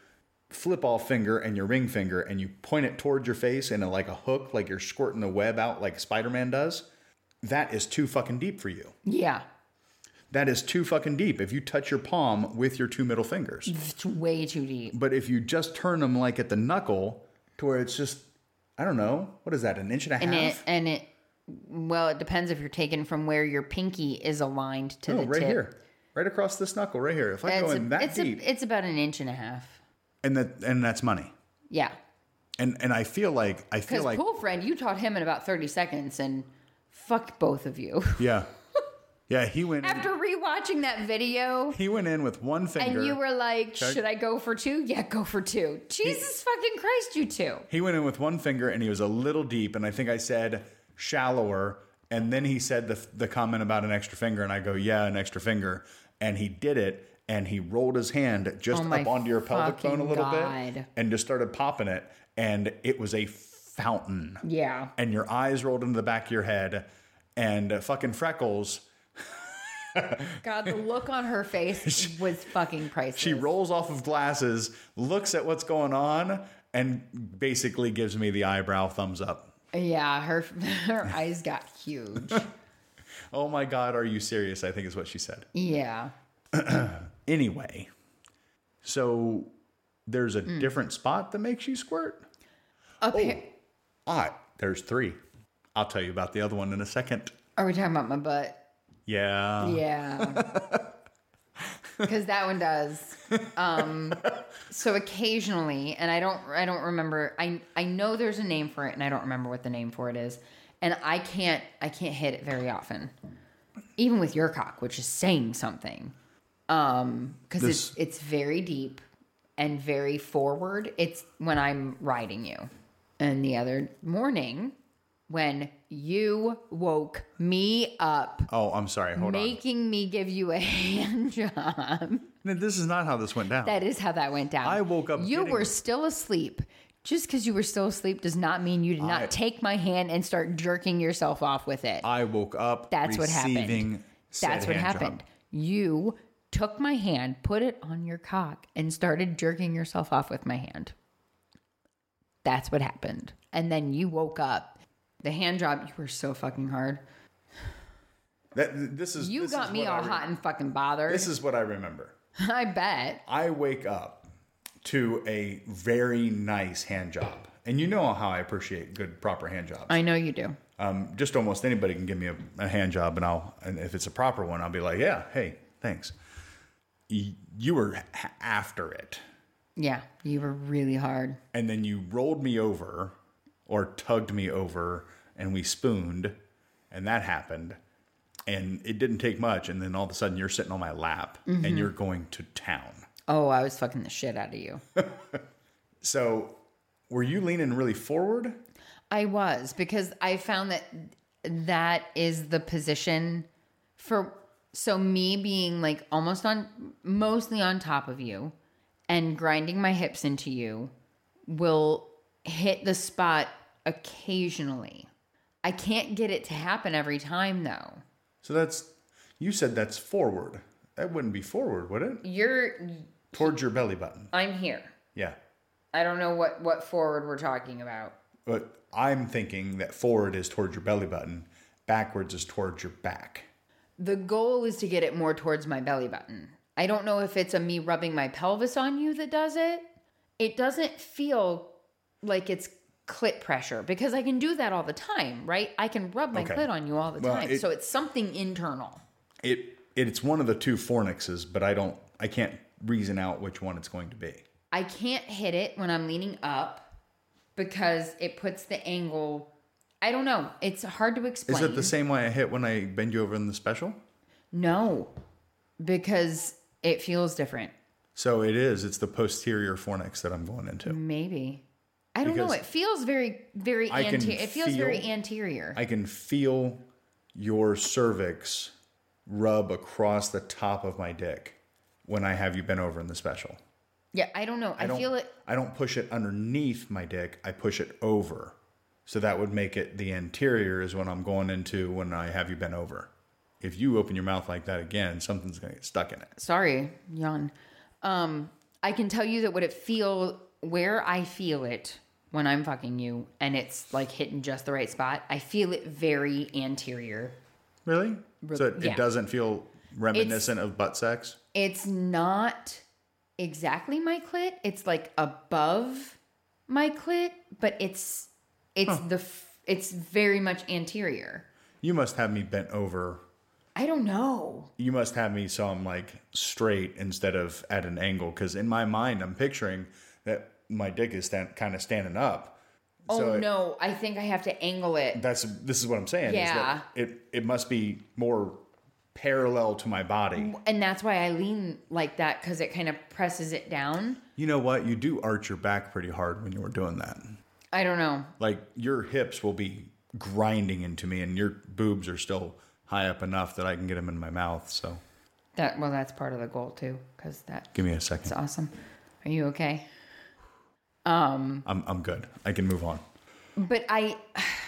flip off finger and your ring finger and you point it towards your face in a, like a hook, like you're squirting a web out, like Spider Man does. That is too fucking deep for you. yeah, That is too fucking deep if you touch your palm with your two middle fingers. it's way too deep. But if you just turn them like at the knuckle to where it's just, I don't know, what is that, an inch and a And half? it and it. Well, it depends if you're taken from where your pinky is aligned to oh, the right tip. here. Right across this knuckle, right here. If I It's, go a- in that it's, deep, A, it's about an inch and a half. and that and that's money. Yeah, And and I feel like I feel because like pool friend, you taught him in about thirty seconds, and fuck both of you. yeah, yeah. He went in, After rewatching that video, he went in with one finger. and you were like, Okay. "Should I go for two? Yeah, go for two. Jesus fucking Christ, you two. he went in with one finger, and he was a little deep. And I think I said, shallower. And then he said the, the comment about an extra finger, and I go, yeah, an extra finger. And he did it, and he rolled his hand just Oh my up onto your pelvic bone a fucking little bit God. and just started popping it. And it was a fountain. Yeah. And your eyes rolled into the back of your head, and uh, fucking freckles. God, the look on her face was fucking priceless. She rolls off of glasses, looks at what's going on, and basically gives me the eyebrow thumbs up. yeah, her her eyes got huge. Oh my God, are you serious? I think is what she said. yeah. Anyway, so there's a different spot that makes you squirt. Up Hmm. here, Ah, there's three. I'll tell you about the other one in a second. are we talking about my butt? Yeah. Yeah. Because that one does. Um, so occasionally, and I don't, I don't remember. I, I know there's a name for it, and I don't remember what the name for it is. And I can't, I can't hit it very often, even with your cock, which is saying something. Um, because This- it's it's very deep and very forward. It's when I'm riding you. And the other morning, when you woke me up Oh, I'm sorry. Hold making me give you a hand job. on. No, This is not how this went down. That is how that went down. I woke up You getting- were still asleep. Just because you were still asleep does not mean you did not I- take my hand and start jerking yourself off with it. I woke up. That's what happened. receiving said That's what hand job. happened. You took my hand, put it on your cock, and started jerking yourself off with my hand. That's what happened. And then you woke up. The hand job, you were so fucking hard. That, this is You this got is me what I all re- hot and fucking bothered. This is what I remember. I bet. I wake up to a very nice hand job. And you know how I appreciate good, proper hand jobs. I know you do. Um, just almost anybody can give me a, a hand job, and I'll, and if it's a proper one, I'll be like, yeah, hey, thanks. Y- You were h- after it. Yeah, you were really hard. And then you rolled me over or tugged me over, and we spooned, and that happened. And it didn't take much. And then all of a sudden, you're sitting on my lap and you're going to town. Oh, I was fucking the shit out of you. So, were you leaning really forward? I was because I found that that is the position for so me being like almost on mostly on top of you and grinding my hips into you will hit the spot occasionally. I can't get it to happen every time though. So that's you said that's forward. That wouldn't be forward, would it? You're Towards your belly button. I'm here. Yeah. I don't know what what forward we're talking about. But I'm thinking that forward is towards your belly button, backwards is towards your back. the goal is to get it more towards my belly button. I don't know if it's a me rubbing my pelvis on you that does it. It doesn't feel like it's clit pressure because I can do that all the time, right? I can rub my Okay. clit on you all the Well, time. it- so it's something internal. It it's one of the two fornixes, but I don't I can't reason out which one it's going to be. I can't hit it when I'm leaning up because it puts the angle. I don't know. It's hard to Is explain. it the same way I hit when I bend you over in the special? No, because it feels different. So it is. It's the posterior fornix that I'm going into. Maybe. I don't know. Because It feels very, very I can anterior. It feels very feel- anterior. I can feel your cervix rub across the top of my dick when I have you bent over in the special. yeah, I don't know. I, don't- feel it. I don't push it underneath my dick. I push it over. So that would make it the anterior is when I'm going into when I have you bent over. If you open your mouth like that again, something's going to get stuck in it. Sorry, yawn. Um, I can tell you that what it feel where I feel it when I'm fucking you, and it's like hitting just the right spot. I feel it very anterior. Really? So it, yeah. it doesn't feel reminiscent of butt sex? It's not exactly my clit. It's like above my clit, but it's it's the f- it's very much anterior. You must have me bent over. I don't know. You must have me so I'm like straight instead of at an angle. Because in my mind, I'm picturing that my dick is stand, kind of standing up. Oh So it- no, I think I have to angle it. that's this is what I'm saying. Is Yeah. that it it must be more parallel to my body. And that's why I lean like that because it kind of presses it down. You know what? You do arch your back pretty hard when you were doing that. I don't know. Like your hips will be grinding into me, and your boobs are still high up enough that I can get them in my mouth. So That well, that's part of the goal too, because that's give me a second. awesome. Are you okay? I'm I'm good. I can move on. But I,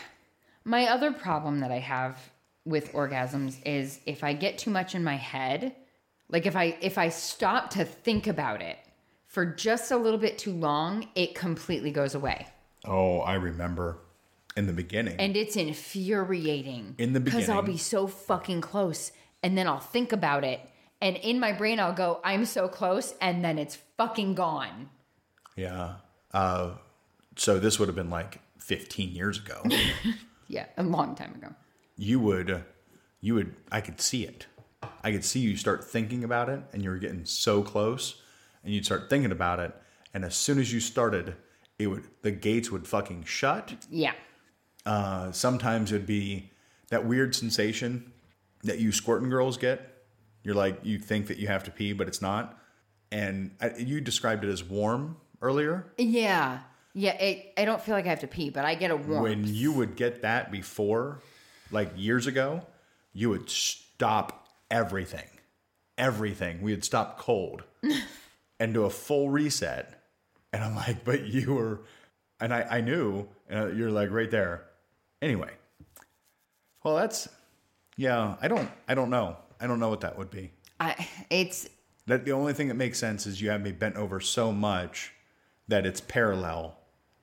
my other problem that I have with orgasms is if I get too much in my head, like if I if I stop to think about it for just a little bit too long, it completely goes away, Oh, I remember in the beginning. and it's infuriating. In the because I'll beginning. be so fucking close, and then I'll think about it, and in my brain I'll go, "I'm so close," and then it's fucking gone. yeah. Uh, so this would have been like 15 years ago. Yeah, a long time ago. you would, you would. I could see it. I could see you start thinking about it, and you were getting so close, and you'd start thinking about it, and as soon as you started, it would the gates would fucking shut. Yeah. Uh, sometimes it'd be that weird sensation that you squirting girls get. You're like, you think that you have to pee, but it's not. And I, you described it as warm earlier. Yeah. Yeah, it, I don't feel like I have to pee, but I get a warm. When you would get that before, like years ago, you would stop everything. Everything. We would stop cold and do a full reset. And I'm like, but you were, and I, I knew, and you're like right there. Anyway, well, that's, yeah, I don't, I don't know. I don't know what that would be. I, it's That the only thing that makes sense is you have me bent over so much that it's parallel,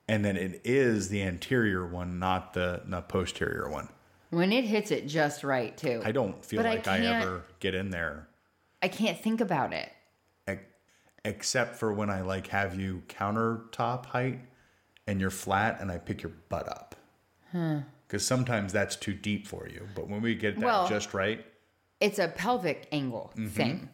and then it is the anterior one, not the not posterior one. when it hits it just right too. I don't feel But I like I, can't- ever get in there, I can't think about it. e- except for when I like have you countertop height and you're flat, and I pick your butt up. Hmm. Because sometimes that's too deep for you, but when we get that Well- just right, It's a pelvic angle Mm-hmm. thing.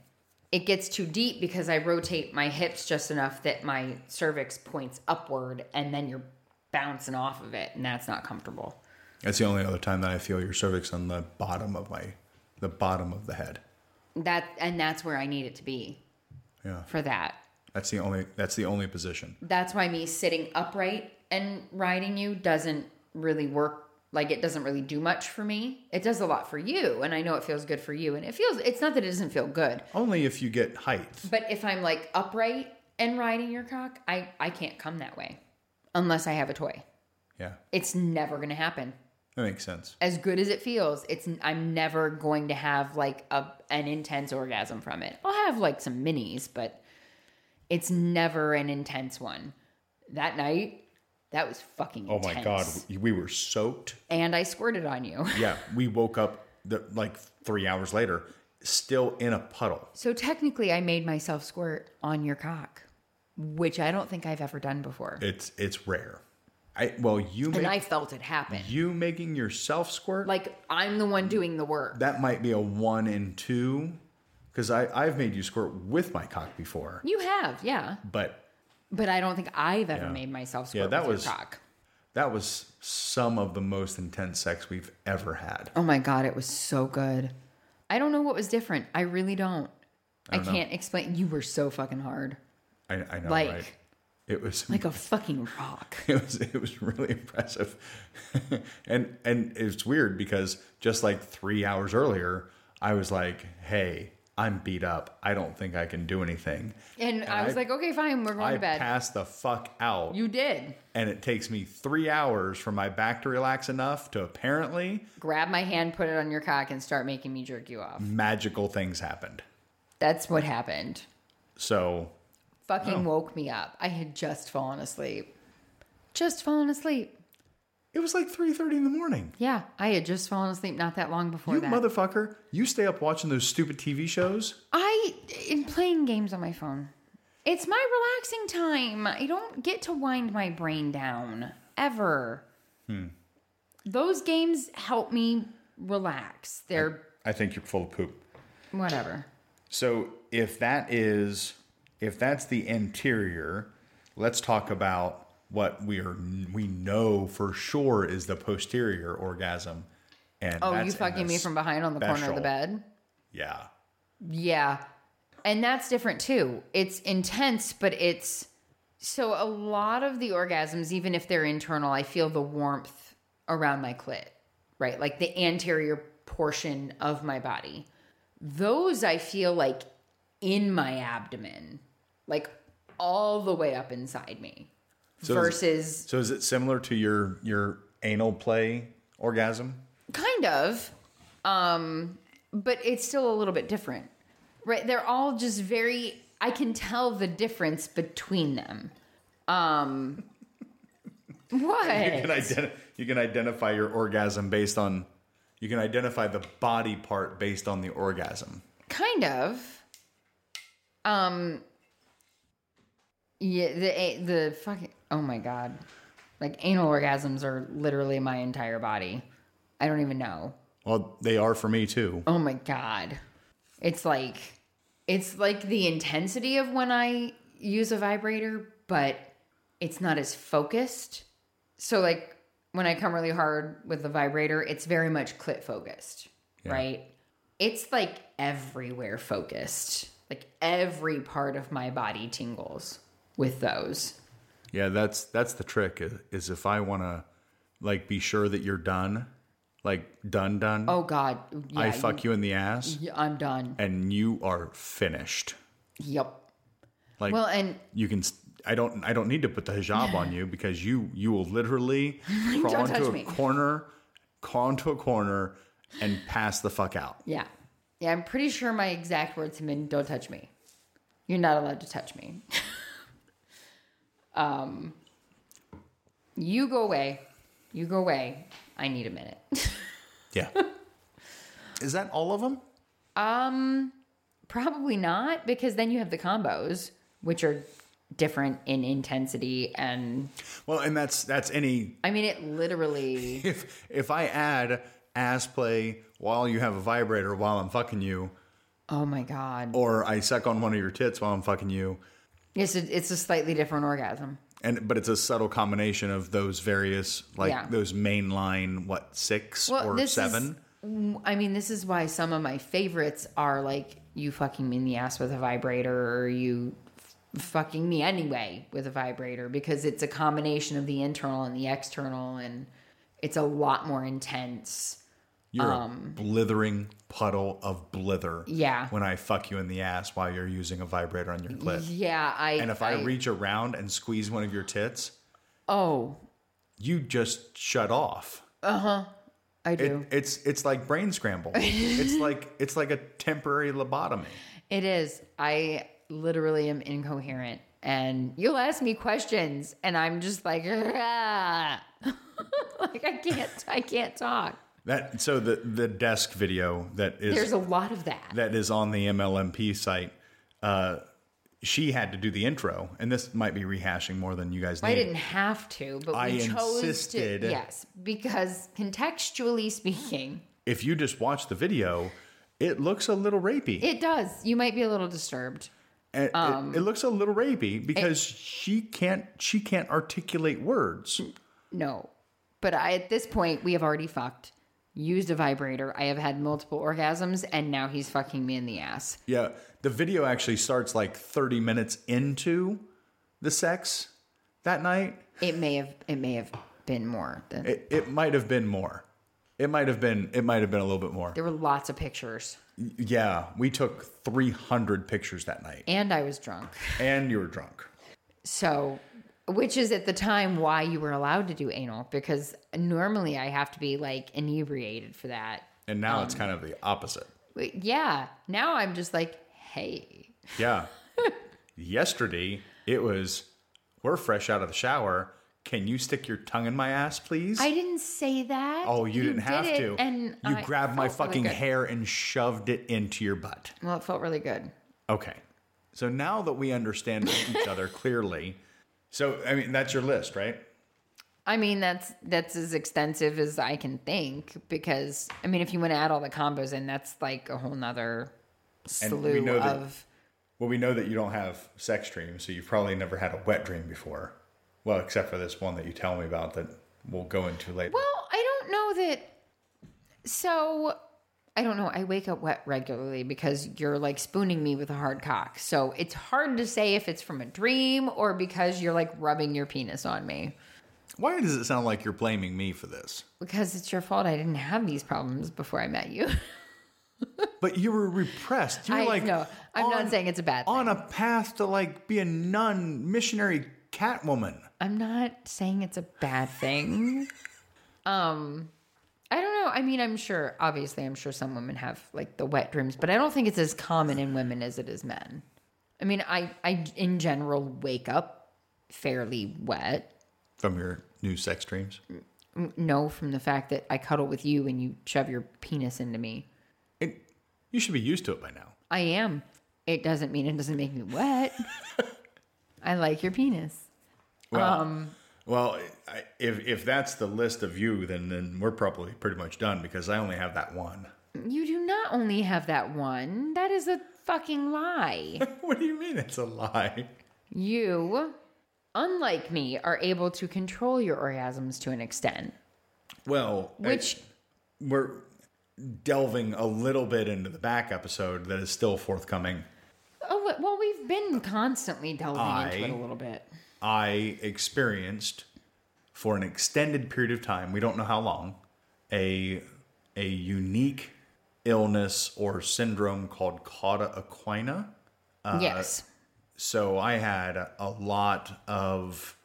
It gets too deep because I rotate my hips just enough that my cervix points upward, and then you're bouncing off of it, and that's not comfortable. that's the only other time that I feel your cervix on the bottom of my the bottom of the head. That and that's where I need it to be. Yeah. For that, That's the only that's the only position. that's why me sitting upright and riding you doesn't really work like it doesn't really do much for me it does a lot for you and i know it feels good for you and it feels it's not that it doesn't feel good Only if you get height. but if i'm like upright and riding your cock i i can't come that way unless i have a toy Yeah, it's never gonna happen that makes sense. as good as it feels it's i'm never going to have like a an intense orgasm from it i'll have like some minis but it's never an intense one that night that was fucking Oh my god, intense. we were soaked. and i squirted on you Yeah, we woke up the, like three hours later, still in a puddle. so technically i made myself squirt on your cock which i don't think i've ever done before It's it's rare. I well, you and ma- i felt it happen you making yourself squirt like i'm the one doing the work that might be a one in two, because I I've made you squirt with my cock before, you have yeah but but i don't think i've ever Yeah. made myself Yeah, squirt that with your was- cock that was some of the most intense sex we've ever had. Oh my god, it was so good. I don't know what was different. I really don't. I, don't know. can't explain. You were so fucking hard, I, I know, Like- right? It was like a fucking rock. it was it was really impressive and and it's weird because just like three hours earlier i was like hey i'm beat up i don't think i can do anything And, I was I- like, okay, fine, we're going i to bed. passed the fuck out You did. and it takes me three hours for my back to relax enough to apparently Grab my hand, put it on your cock, and start making me jerk you off. magical things happened That's what happened. so Oh. Fucking woke me up. I had just fallen asleep. Just fallen asleep. it was like 3.30 in the morning Yeah, I had just fallen asleep not that long before you that. motherfucker you stay up watching those stupid tv shows I am playing games on my phone. It's my relaxing time. I don't get to wind my brain down ever. Hmm. Those games help me relax. They're i think you're full of poop whatever. So if that is if that's the interior, let's talk about what we are we know for sure is the posterior orgasm. And Oh, that's you in fucking the me from behind on the corner of the special. bed? Yeah. Yeah. And that's different too. It's intense, but it's so a lot of the orgasms, even if they're internal, I feel the warmth around my clit, right? Like the anterior portion of my body. Those I feel like in my abdomen, like all the way up inside me. So is- versus So is it similar to your your anal play orgasm? kind of um but it's still a little bit different. Right? They're all just very I can tell the difference between them. Um what? You can, identi- you can identify your orgasm based on you can identify the body part based on the orgasm. kind of um yeah the a- the fucking oh my god like anal orgasms are literally my entire body i don't even know Well, they are for me too. oh my god it's like it's like the intensity of when i use a vibrator but it's not as focused so like when i come really hard with the vibrator it's very much clit focused right it's like everywhere focused like every part of my body tingles with those Yeah, that's that's the trick is, is if I want to like be sure that you're done, like done done. oh god yeah, Mm-hmm. I fuck you in the ass y- i'm done and you are finished. yep Like well and you can s- I don't I don't need to put the hijab on you because you you will literally crawl Don't into touch a me. corner, crawl into a corner and pass the fuck out. Yeah. Yeah, I'm pretty sure my exact words have been don't touch me. You're not allowed to touch me. um you go away. You go away. I need a minute. Yeah. Is that all of them? um probably not because then you have the combos which are different in intensity and Well, and that's that's any I mean it literally if if I add ass play while you have a vibrator while I'm fucking you, Oh my god. or I suck on one of your tits while I'm fucking you, It's a, it's a slightly different orgasm. and but it's a subtle combination of those various like Yeah. those mainline what six Well, or this is- seven. I mean, this is why some of my favorites are like you fucking me in the ass with a vibrator, or you f- fucking me anyway with a vibrator, because it's a combination of the internal and the external, and it's a lot more intense. You're a blithering puddle of blither. um, Yeah. When I fuck you in the ass while you're using a vibrator on your clit. Yeah, I And if I, reach around and squeeze one of your tits, oh, you just shut off. I It, do. It's it's like brain scramble. it's like it's like a temporary lobotomy. it is. I literally am incoherent, and you'll ask me questions, and I'm just like, like I can't, I can't talk. That so the the desk video that is There's a lot of that. that is on the MLMP site. Uh, she had to do the intro, and this might be rehashing more than you guys need. I didn't have to, but I we chose insisted. to. Yes, because contextually speaking, If you just watch the video, it looks a little rapey. it um, does. You might be a little disturbed. And it- it, looks a little rapey because she can't she can't articulate words. No, but I, at this point, we have already fucked. Used a vibrator. I have had multiple orgasms, and now he's fucking me in the ass. Yeah, the video actually starts like 30 minutes into the sex that night. It may have. It may have been more than It, it might have been more. It might have been it might have been a little bit more. there were lots of pictures, Yeah, we took 300 pictures that night and I was drunk. and you were drunk. So, which is at the time why you were allowed to do anal because normally I have to be like inebriated for that. And now Um, it's kind of the opposite. Wait, yeah. Now I'm just like, hey, Yeah. Yesterday it was we're fresh out of the shower. Can you stick your tongue in my ass, please? I didn't say that. Oh, you, didn't did have it, to. And you I- grabbed it my felt really fucking good. hair and shoved it into your butt. Well, it felt really good. Okay. So now that we understand each other clearly, so I mean that's your list, right? I mean, that's that's as extensive as I can think because I mean, if you want to add all the combos in, that's like a whole nother And we slew know that- of. Well, we know that you don't have sex dreams, so you've probably never had a wet dream before. Well, except for this one that you tell me about that we'll go into later. Well, I don't know that. So, I don't know. I wake up wet regularly because you're like spooning me with a hard cock. So it's hard to say if it's from a dream or because you're like rubbing your penis on me. Why does it sound like you're blaming me for this? Because it's your fault I didn't have these problems before I met you. But you were repressed. You're I like no, I'm on- not saying it's a bad thing. on a path to like be a nun, missionary, catwoman. I'm not saying it's a bad thing. um I don't know. I mean, I'm sure obviously I'm sure some women have like the wet dreams, but I don't think it's as common in women as it is men. I mean, I I in general wake up fairly wet. From your new sex dreams. No, from the fact that I cuddle with you and you shove your penis into me. And you should be used to it by now. I am. It doesn't mean it doesn't make me wet. I like your penis. Well, Um, well, I, if if that's the list of you, then then we're probably pretty much done because I only have that one. You do not only have that one. That is a fucking lie. what do you mean it's a lie? you, unlike me, are able to control your orgasms to an extent. Well, I- Which- we're delving a little bit into the back episode that is still forthcoming. Oh, we- well, we've been constantly delving I- into it a little bit. I experienced for an extended period of time, we don't know how long, a a unique illness or syndrome called cauda equina. uh, yes. So I had a lot of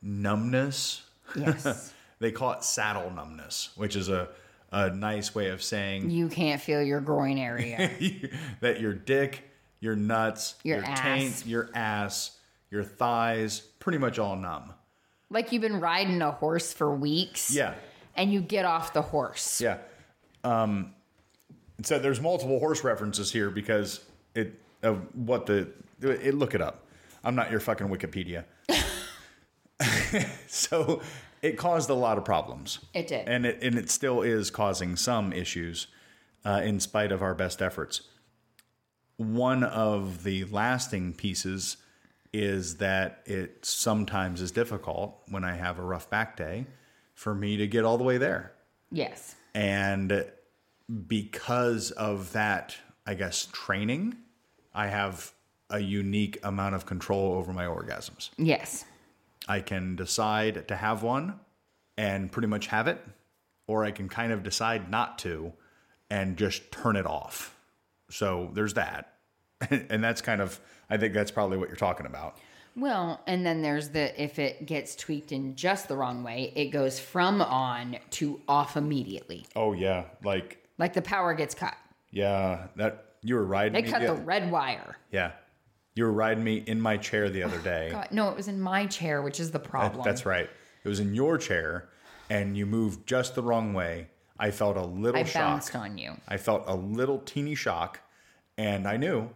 numbness. Yes. They call it saddle numbness, which is a, a nice way of saying you can't feel your groin area. that your dick, your nuts, Your taint, ass. your ass, your thighs, pretty much all numb. like you've been riding a horse for weeks. Yeah. And you get off the horse. Yeah. Um, so there's multiple horse references here because it of what the it, look it up. I'm not your fucking Wikipedia. so it caused a lot of problems. It did. and it and it still is causing some issues, uh, in spite of our best efforts. One of the lasting pieces is that it sometimes is difficult when I have a rough back day for me to get all the way there. Yes. And because of that, I guess, training, I have a unique amount of control over my orgasms. Yes. I can decide to have one and pretty much have it, or I can kind of decide not to and just turn it off. So there's that. and that's kind of, I think that's probably what you're talking about. Well, and then there's the if it gets tweaked in just the wrong way, it goes from on to off immediately. Oh, yeah. Like, Like the power gets cut. yeah, that you were riding They me. cut yeah, the red wire. yeah. You were riding me in my chair the other day. God, Uh, no, it was in my chair, which is the problem. That's right. It was in your chair, and you moved just the wrong way. I felt a little I shock. bounced on you. I felt a little teeny shock, and I knew,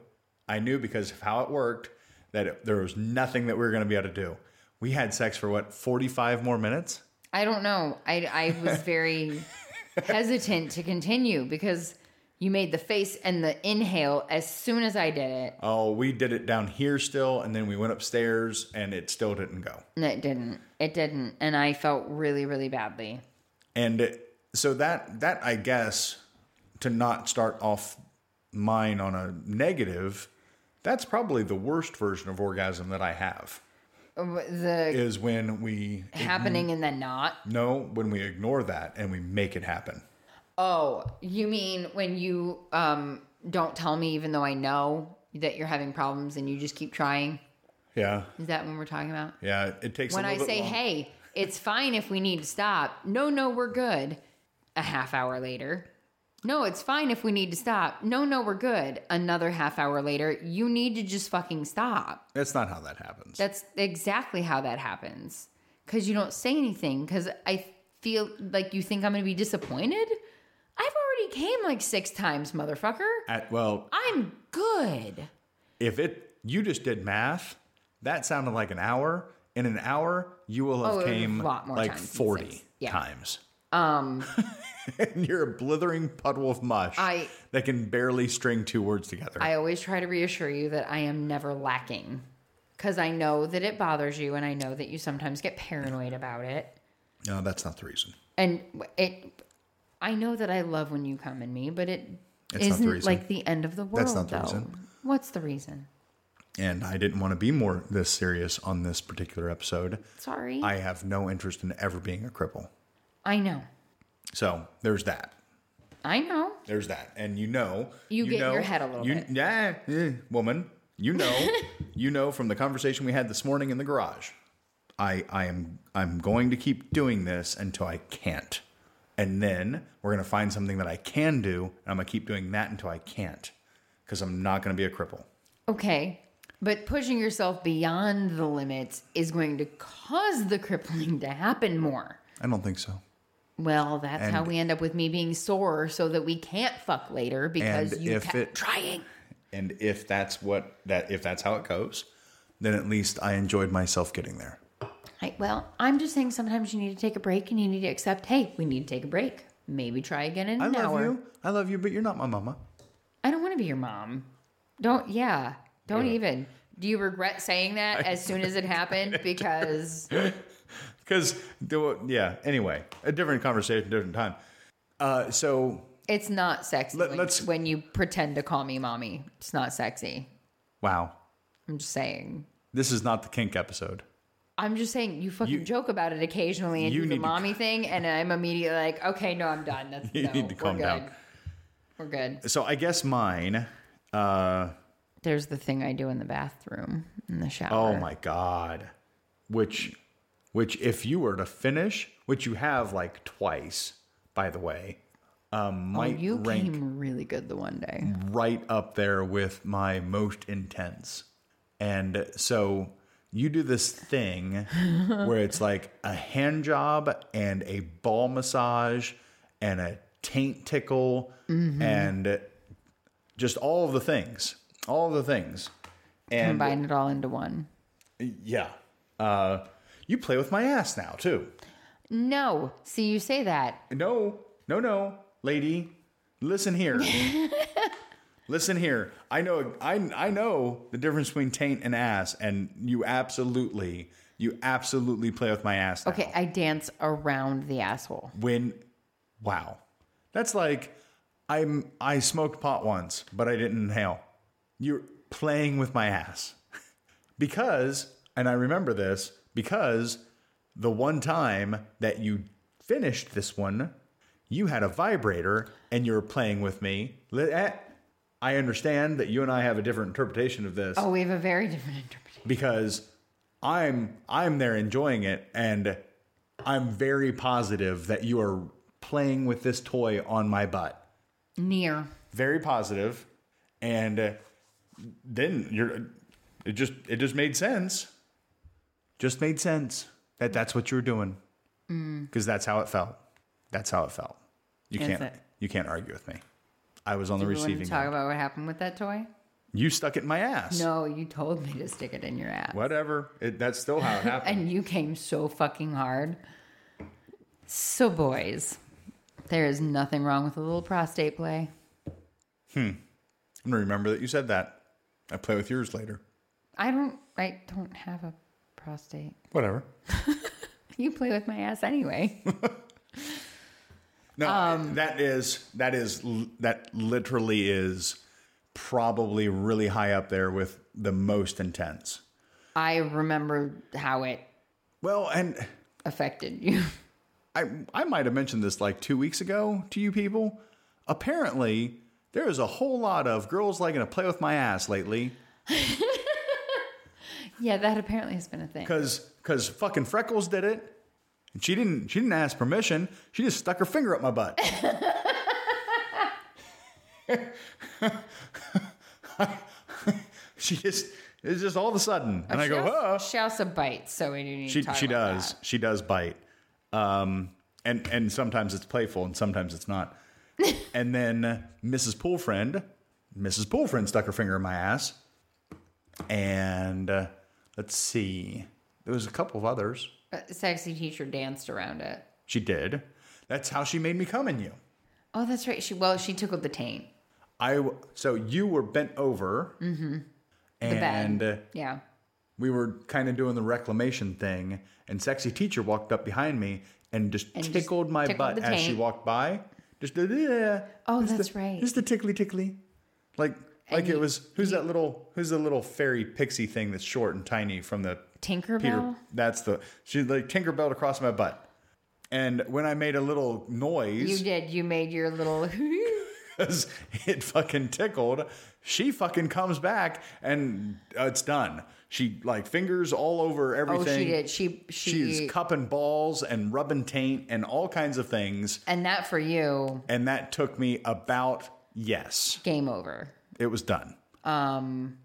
I knew because of how it worked that it, there was nothing that we were going to be able to do. We had sex for what forty five more minutes. I don't know. I, I was very hesitant to continue because you made the face and the inhale as soon as I did it, Oh, we did it down here still, and then we went upstairs, and it still didn't go. and it didn't. It didn't, and I felt really, really badly. And it- so that that I guess to not start off mine on a negative, that's probably the worst version of orgasm that I have Uh, The is when we happening and then not. no when we ignore that and we make it happen. Oh, you mean when you um don't tell me even though I know that you're having problems and you just keep trying? Yeah, Is that when we're talking about? yeah. It takes When a I little bit say, long- "Hey, it's fine if we need to stop." No, no, we're good. A half hour later. No, it's fine if we need to stop. No, no, we're good. Another half hour later, you need to just fucking stop. That's not how that happens. That's exactly how that happens. Cause you don't say anything. Cause I feel like you think I'm gonna be disappointed. I've already came like six times, motherfucker. At, well, I'm good. if it you just did math, that sounded like an hour. In an hour, you will have Oh, it was a came lot more like times than forty six. Yeah. times. Um, and you're a blithering puddle of mush I- that can barely string two words together. I always try to reassure you that I am never lacking. Cause I know that it bothers you and I know that you sometimes get paranoid about it. no, that's not the reason. And it I know that I love when you come in me, but it It's not the not reason. like the end of the world. That's not the though. reason. What's the reason? and I didn't want to be more this serious on this particular episode. Sorry. I have no interest in ever being a cripple. I know. So there's that. I know. There's that. And you know, You get in your head a little you, bit. Yeah, eh, woman, you know, you know from the conversation we had this morning in the garage. I, I am I'm going to keep doing this until I can't. And then we're going to find something that I can do, and I'm going to keep doing that until I can't because I'm not going to be a cripple. Okay. But pushing yourself beyond the limits is going to cause the crippling to happen more. I don't think so. Well, that's how And- we end up with me being sore so that we can't fuck later because And you if kept it- trying. And if that's what that if that's how it goes, then at least I enjoyed myself getting there. I, well, I'm just saying sometimes you need to take a break and you need to accept, hey, we need to take a break. Maybe try again in I an love hour. you. I love you, but you're not my mama. I don't want to be your mom. Don't, yeah, don't even. Do you regret saying that as soon as it happened? Because Because, yeah, anyway, a different conversation, different time. Uh, so, it's not sexy Let- when, let's- when you pretend to call me mommy. It's not sexy. wow, I'm just saying. this is not the kink episode. I'm just saying you fucking You- joke about it occasionally and you do the need to- mommy thing, and I'm immediately like, okay, no, I'm done. That's You no, need to calm we're good. down. We're good. So, I guess mine, uh, There's the thing I do in the bathroom in the shower. oh my God, which, which if you were to finish, which you have like twice, by the way, um, Oh, might you rank Mm-hmm. came really good the one day. right up there with my most intense. And so you do this thing where it's like a hand job and a ball massage and a taint tickle and just all of the things, all of the things. And Combine it all into one. yeah, uh, you play with my ass now too. No, see, you say that. No, no, no, lady. Listen here. Listen here. I know I I know the difference between taint and ass, and you absolutely, you absolutely play with my ass. now. Okay, I dance around the asshole. When wow. That's like I'm I smoked pot once, but I didn't inhale. You're playing with my ass. because, and I remember this, because the one time that you finished this one, you had a vibrator and you were playing with me. Li- eh, I understand that you and I have a different interpretation of this Oh, we have a very different interpretation. because I'm I'm there enjoying it and I'm very positive that you are playing with this toy on my butt. Near. Very positive and uh, then you're it just it just made sense. Just made sense that that's what you were doing. Mm. Cuz that's how it felt. That's how it felt. You That's can't it. you can't argue with me. I was on the We want to receiving talk end. about what happened with that toy? You stuck it in my ass. No, you told me to stick it in your ass. Whatever. It, that's still how it happened. And you came so fucking hard. So, boys, there is nothing wrong with a little prostate play. I'm gonna remember that you said that. I play with yours later. I don't, I don't have a prostate. Whatever. You play with my ass anyway. No, that is that is l- that literally is probably really high up there with the most intense. I remember how it Well, and affected you. I I might have mentioned this like two weeks ago to you people. Apparently, there is a whole lot of girls liking to play with my ass lately yeah, that apparently has been a thing. because because fucking Freckles did it. And she didn't she didn't ask permission. She just stuck her finger up my butt. she just it's just all of a sudden, and I go, she oh. also, she also bites, so we do need She to talk she about does that. she does bite, um, and and sometimes it's playful and sometimes it's not. and then Mrs. Poolfriend, Mrs. Poolfriend stuck her finger in my ass, and uh, let's see, there was a couple of others. Uh, Sexy teacher danced around it. She did. That's how she made me come in you. Oh, that's right. She well, she tickled the taint. I w- so you were bent over, Mm-hmm. The and uh, bed. Yeah. we were kind of doing the reclamation thing, and sexy teacher walked up behind me and just just tickled my tickled butt the as she taint. walked by. Just did, yeah. Oh, Just that's the- right. Just the tickly tickly, like Like it was who's that little who's the little fairy pixie thing that's short and tiny from the Tinkerbell. Peter. That's the she like Tinkerbell across my butt. And when I made a little You noise did. You made your little. oh, because it fucking tickled, she fucking comes back and uh, it's done. She like fingers all over oh, everything. she did. She she. She's cupping balls and rubbing taint and all kinds of things. and that for you, And that took me about yes, game over. it was done. Um,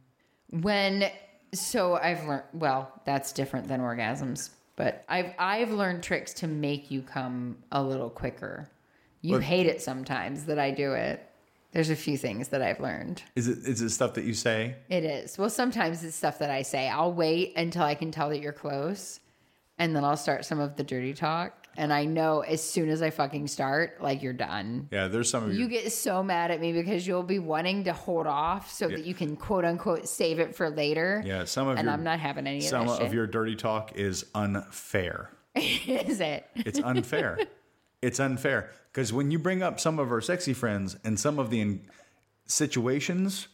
when so I've learned. Well, that's different than orgasms, but I've I've learned tricks to make you come a little quicker. You hate it sometimes that I do it. There's a few things that I've learned. Is it is it stuff that you say? It is. Well, sometimes it's stuff that I say. I'll wait until I can tell that you're close, and then I'll start some of the dirty talk. And I know as soon as I fucking start, like you're done. Yeah, there's some of You you. get so mad at me because you'll be wanting to hold off so that you can quote unquote save it for later. Yeah, some of and your- I'm not having any Some of that of shit. your dirty talk is unfair. is it? It's unfair. it's unfair because when you bring up some of our sexy friends and some of the in- situations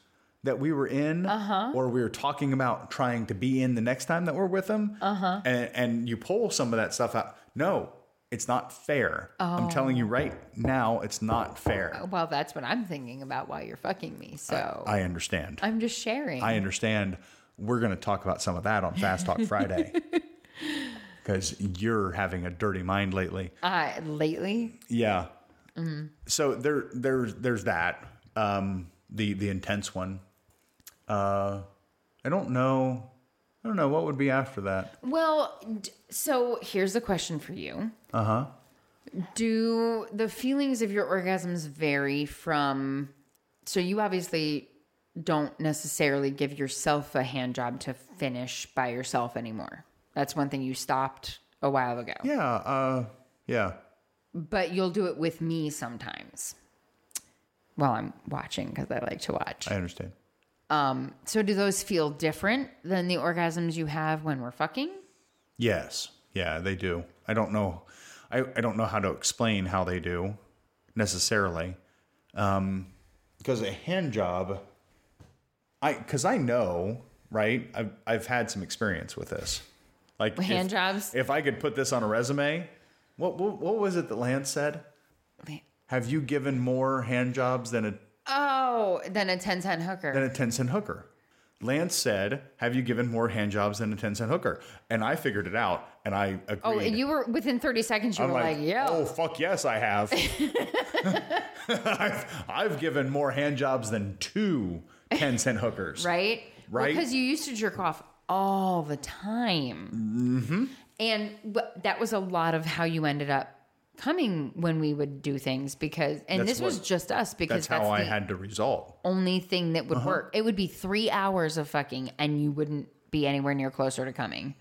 that we were in, or we were talking about trying to be in the next time that we're with them, uh-huh. and, and you pull some of that stuff out, no, it's not fair. I'm telling you right now, it's not fair. Well, that's what I'm thinking about while you're fucking me. So I understand. I, am just sharing. I understand. We're going to talk about some of that on Fast Talk Friday because you're having a dirty mind lately. I lately, Yeah. So there, there's, there's that. Um, the the intense one. Uh, I don't know. I don't know what would be after that. Well, d- so here's the question for you. Uh huh. Do the feelings of your orgasms vary from? So you obviously don't necessarily give yourself a hand job to finish by yourself anymore. That's one thing you stopped a while ago. Yeah. Uh, yeah. But you'll do it with me sometimes. While I'm watching because I like to watch. I understand. Um, so do those feel different than the orgasms you have when we're fucking? Yes. Yeah, they do. I don't know. I, I don't know how to explain how they do necessarily. Um, because a hand job, I, cause I know, right. I've, I've had some experience with this. Like if- Hand jobs? If I could put this on a resume, what, what, what was it that Lance said? Have you given more hand jobs than a, Oh, then a 10 cent hooker. than a 10 cent hooker? Lance said, have you given more hand jobs than a 10 cent hooker? And I figured it out and I agreed. Oh, and you were within 30 seconds, you I'm were like, yeah. oh fuck yes, I have. I've, I've given more hand jobs than two 10 cent hookers. right? Right. Because you used to jerk off all the time. Mm-hmm. And wh- that was a lot of how you ended up coming when we would do things because, and That's this was what- just us That's because that's, how I the had to resolve. only thing that would Uh-huh. work. It would be three hours of fucking and you wouldn't be anywhere near closer to coming.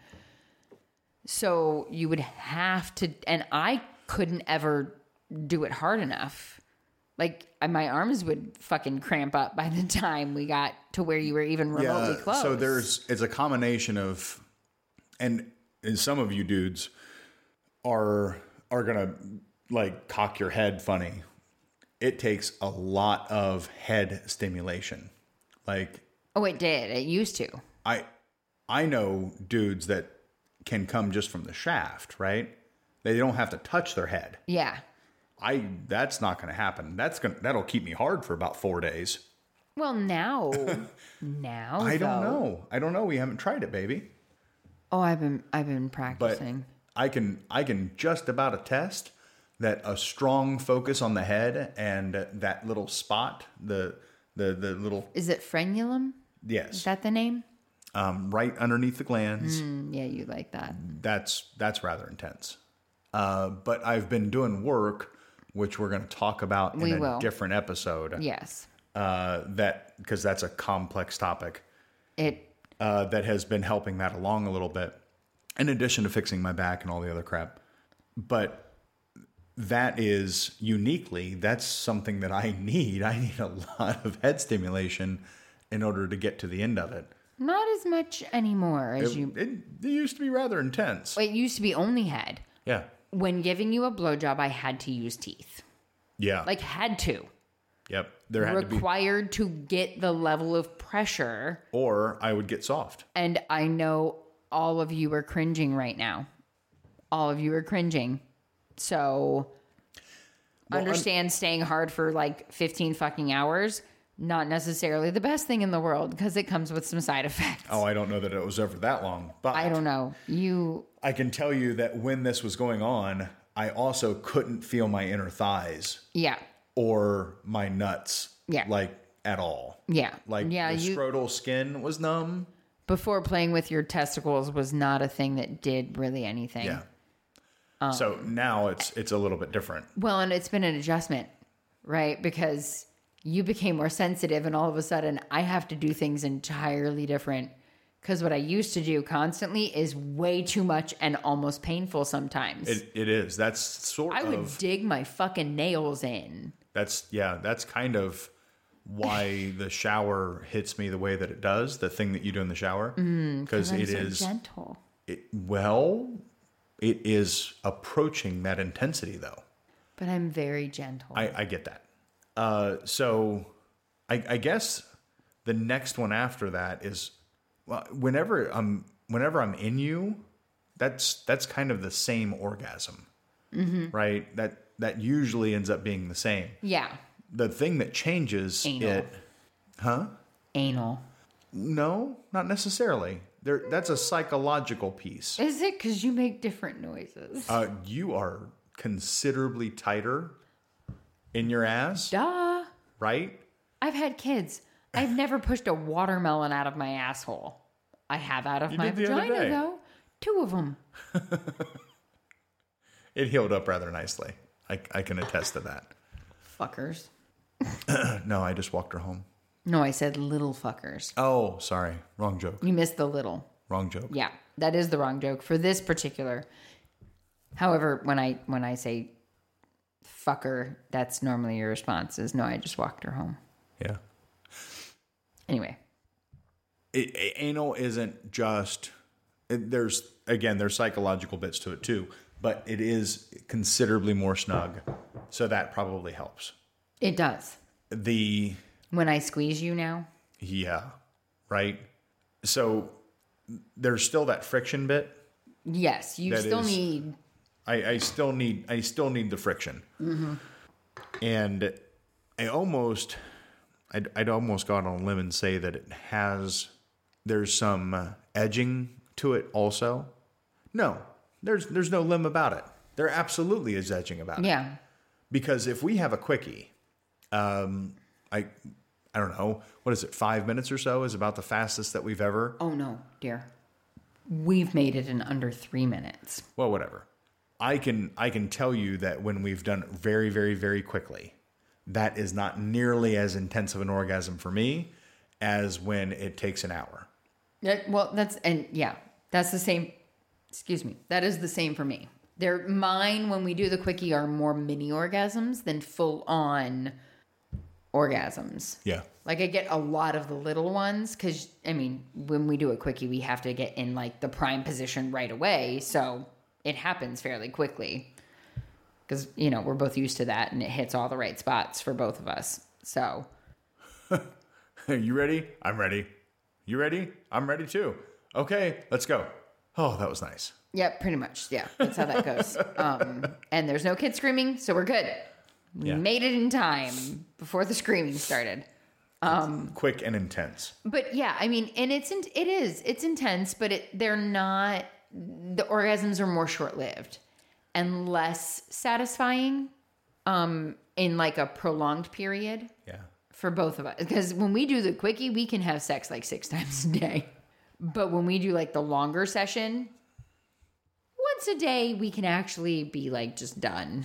So you would have to, and I couldn't ever do it hard enough. Like I- my arms would fucking cramp up by the time we got to where you were even remotely close. So there's it's a combination of and, and some of you dudes are are gonna like cock your head funny. It takes a lot of head stimulation. Like oh, it did. It used to. I I know dudes that can come just from the shaft, right? They don't have to touch their head. Yeah. I that's not going to happen. That's going to that'll keep me hard for about 4 days. Well, now, now I don't though- know. I don't know. We haven't tried it, baby. Oh, I've been I've been But practicing. I can I can just about attest that a strong focus on the head and that little spot, the the the little Is it frenulum? Is yes, that the name? um, right underneath the glands. Mm, yeah, you like that. that's that's rather intense. Uh, but I've been doing work, which we're going to talk about We in a will. different episode. Yes. Uh, that because that's a complex topic It uh, that has been helping that along a little bit. In addition to fixing my back and all the other crap, but that is uniquely that's something that I need. I need a lot of head stimulation in order to get to the end of it. not as much anymore as you. It, it used to be rather intense. It used to be only head. Yeah, When giving you a blowjob, I had to use teeth. yeah, Like had to. Yep. There had to be, required to get the level of pressure. or I would get soft. And I know all of you are cringing right now. All of you are cringing. So Well, I'm- understand staying hard for like 15 fucking hours, not necessarily the best thing in the world because it comes with some side effects. Oh, I don't know that it was over that long, but I don't know. You I can tell you that when this was going on, I also couldn't feel my inner thighs yeah. or my nuts, Yeah. like at all. Yeah. Like yeah, the you scrotal skin was numb. before playing with your testicles was not a thing that did really anything. Yeah. Um, so now it's it's a little bit different. Well, and it's been an adjustment, right? Because you became more sensitive, and all of a sudden, I have to do things entirely different. Because what I used to do constantly is way too much and almost painful sometimes. It, it is. That's sort I would of dig my fucking nails in. that's yeah, that's kind of why the shower hits me the way that it does, the thing that you do in the shower. Because Mm, I'm it so is gentle. it, well, it is approaching that intensity though. But I'm very gentle. I, I get that. Uh, so I, I guess the next one after that is well, whenever I'm whenever I'm in you, that's that's kind of the same orgasm, right? That that usually ends up being the same. yeah. The thing that changes Anal. it, Anal. no, not necessarily. There, that's a psychological piece. Is it because you make different noises? Uh, you are considerably tighter in your ass, Duh. right? I've had kids. I've never pushed a watermelon out of my asshole. I have out of You my did the other vagina, day. though. Two of them. It healed up rather nicely. I, I can attest to that. Fuckers. No, I just walked her home. No, I said little fuckers. Oh, sorry. Wrong joke. You missed the little. Wrong joke. Yeah, that is the wrong joke for this particular. However, when I when I say fucker, that's normally your response is no, I just walked her home. Yeah. Anyway, It, a- anal isn't just, it, there's, again, there's psychological bits to it too, but it is considerably more snug. So that probably helps. it does. The, When I squeeze you now, yeah, right? So there's still that friction bit. yes, you That still is- need I, I still need I still need the friction. And I almost I'd, I'd almost gone on a limb and say that it has there's some uh, edging to it also. No, there's there's no limb about it. There absolutely is edging about it yeah. because if we have a quickie, um, I I don't know what is it five minutes or so is about the fastest that we've ever Oh no, dear. We've made it in under three minutes. well whatever i can i can tell you that when we've done it very very very quickly that is not nearly as intense of an orgasm for me as when it takes an hour That- well, that's and yeah, that's the same. Excuse me. That is the same for me. They're mine when we do the quickie are more mini orgasms than full on orgasms. yeah Like I get a lot of the little ones because I mean, when we do a quickie, we have to get in like the prime position right away, so it happens fairly quickly. Because you know we're both used to that, and it hits all the right spots for both of us. So you ready i'm ready you ready i'm ready too okay let's go oh that was nice Yeah, pretty much. Yeah, that's how that goes. um, and there's no kids screaming, so we're good. We Yeah. made it in time before the screaming started. quick and intense But yeah, I mean, and it's in, it is it's intense, but it they're not the orgasms are more short lived and less satisfying um, in like a prolonged period yeah for both of us because when we do the quickie we can have sex like six times a day but when we do like the longer session once a day we can actually be like just done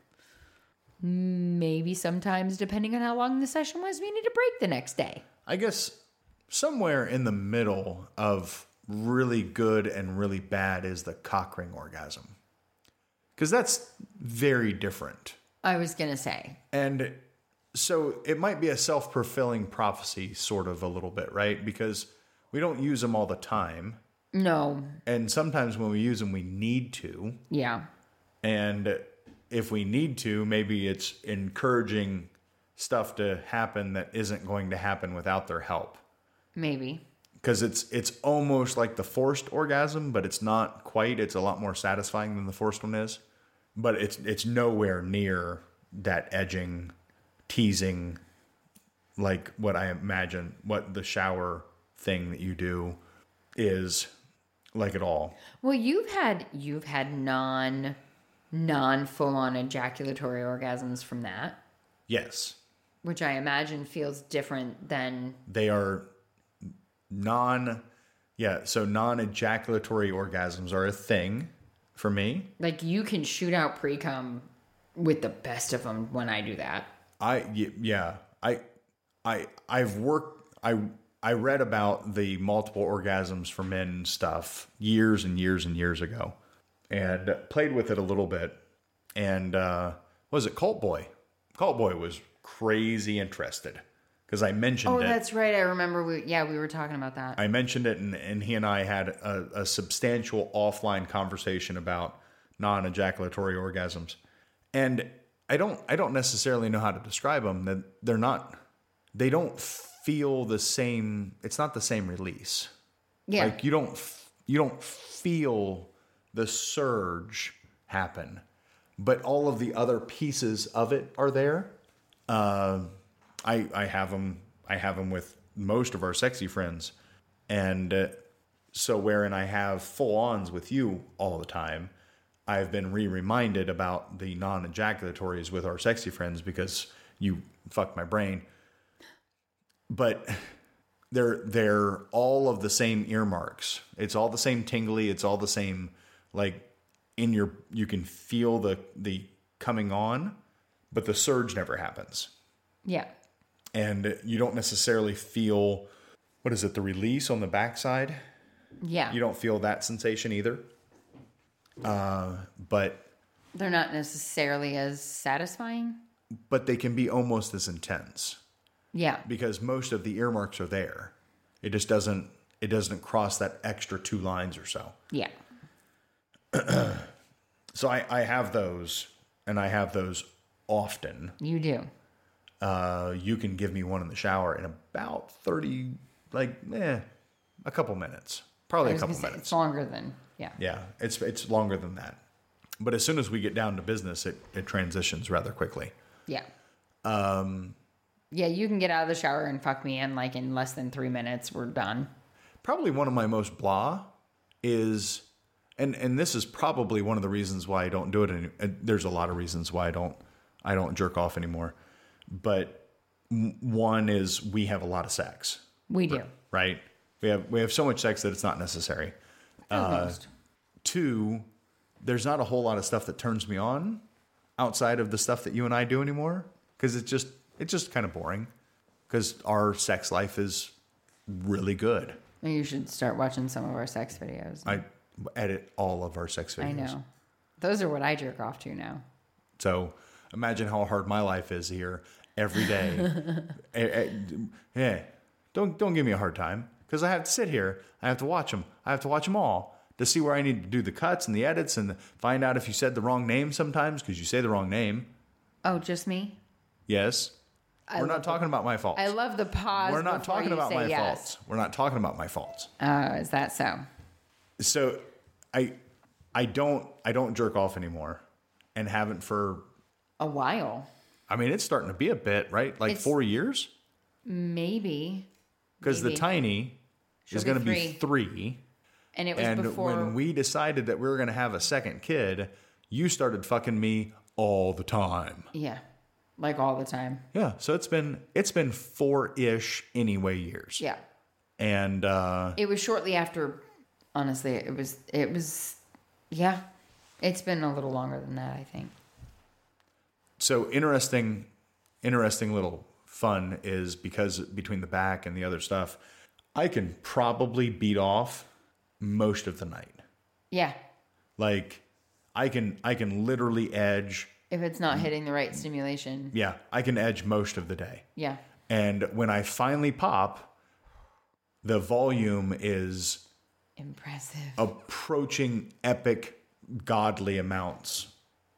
maybe sometimes depending on how long the session was we need a break the next day i guess somewhere in the middle of really good and really bad is the cock ring orgasm because that's very different i was gonna say And so it might be a self fulfilling prophecy, sort of a little bit, right? Because we don't use them all the time. no And sometimes when we use them, we need to. yeah And if we need to, maybe it's encouraging stuff to happen that isn't going to happen without their help. Maybe. Because it's it's almost like the forced orgasm, but it's not quite. It's a lot more satisfying than the forced one is, but it's it's nowhere near that edging, teasing, like what I imagine what the shower thing that you do is like at all. Well, you've had you've had non non full on ejaculatory orgasms from that, Yes, which I imagine feels different than they are non yeah so non ejaculatory orgasms are a thing for me like you can shoot out pre cum with the best of them when I do that. i y- yeah i i i've worked i i read about the multiple orgasms for men stuff years and years and years ago and played with it a little bit and uh was it cult boy cult boy was crazy interested because i mentioned Oh, it that's right. I remember. We, yeah, we were talking about that. I mentioned it, and, and he and I had a, a substantial offline conversation about non-ejaculatory orgasms, and I don't I don't necessarily know how to describe them. That they're not they don't feel the same. It's not the same release. yeah, Like you don't f- you don't feel the surge happen, but all of the other pieces of it are there. Uh, I I have them I have 'em with most of our sexy friends, and uh, so wherein I have full ons with you all the time. I've been re reminded about the non ejaculatories with our sexy friends because you fucked my brain. But they're they're all of the same earmarks. It's all the same tingly. It's all the same like in your you can feel the the coming on, but the surge never happens, yeah. and you don't necessarily feel what is it the release on the backside. Yeah, You don't feel that sensation either. Uh, but they're not necessarily as satisfying. but they can be almost as intense Yeah, because most of the earmarks are there. It just doesn't it doesn't cross that extra two lines or so. yeah, So I, I have those, and I have those often. you do. Uh, you can give me one in the shower in about thirty, like eh, a couple minutes, probably I a was gonna couple say, it's minutes. longer than yeah. Yeah, it's it's longer than that. But as soon as we get down to business, it, it transitions rather quickly. Yeah. Um Um, Yeah, you can get out of the shower and fuck me and like in less than three minutes we're done. probably one of my most blah is and and this is probably one of the reasons why I don't do it any, and there's a lot of reasons why I don't I don't jerk off anymore but m- one is we have a lot of sex We do. right we have we have so much sex that it's not necessary Uh, Almost. two there's not a whole lot of stuff that turns me on outside of the stuff that you and I do anymore cuz it's just it's just kind of boring cuz our sex life is really good Maybe you should start watching some of our sex videos. I edit all of our sex videos. I know. Those are what I jerk off to now. So imagine how hard my life is here every day. Eh, eh, yeah, don't don't give me a hard time because I have to sit here. I have to watch them. I have to watch them all to see where I need to do the cuts and the edits and find out if you said the wrong name sometimes because you say the wrong name. Oh, just me? Yes, we're not talking about my faults. I love the pause. we're not before talking you about say my yes. faults. We're not talking about my faults. Oh, is that so? so i i don't i don't jerk off anymore and haven't for A while. i mean it's starting to be a bit right like It's- four years Maybe. because the maybe. tiny is She'll be going to be three And it was and before when we decided that we were going to have a second kid you started fucking me all the time Yeah. Like all the time. yeah so it's been it's been four-ish anyway years Yeah. and uh It was shortly after. Honestly, it was. It was. Yeah, it's been a little longer than that. I think. so interesting interesting little fun is because between the back and the other stuff i can probably beat off most of the night Yeah, like i can i can literally edge if it's not Mm. hitting the right stimulation. yeah i can edge most of the day Yeah. and when i finally pop the volume is Impressive. approaching epic godly amounts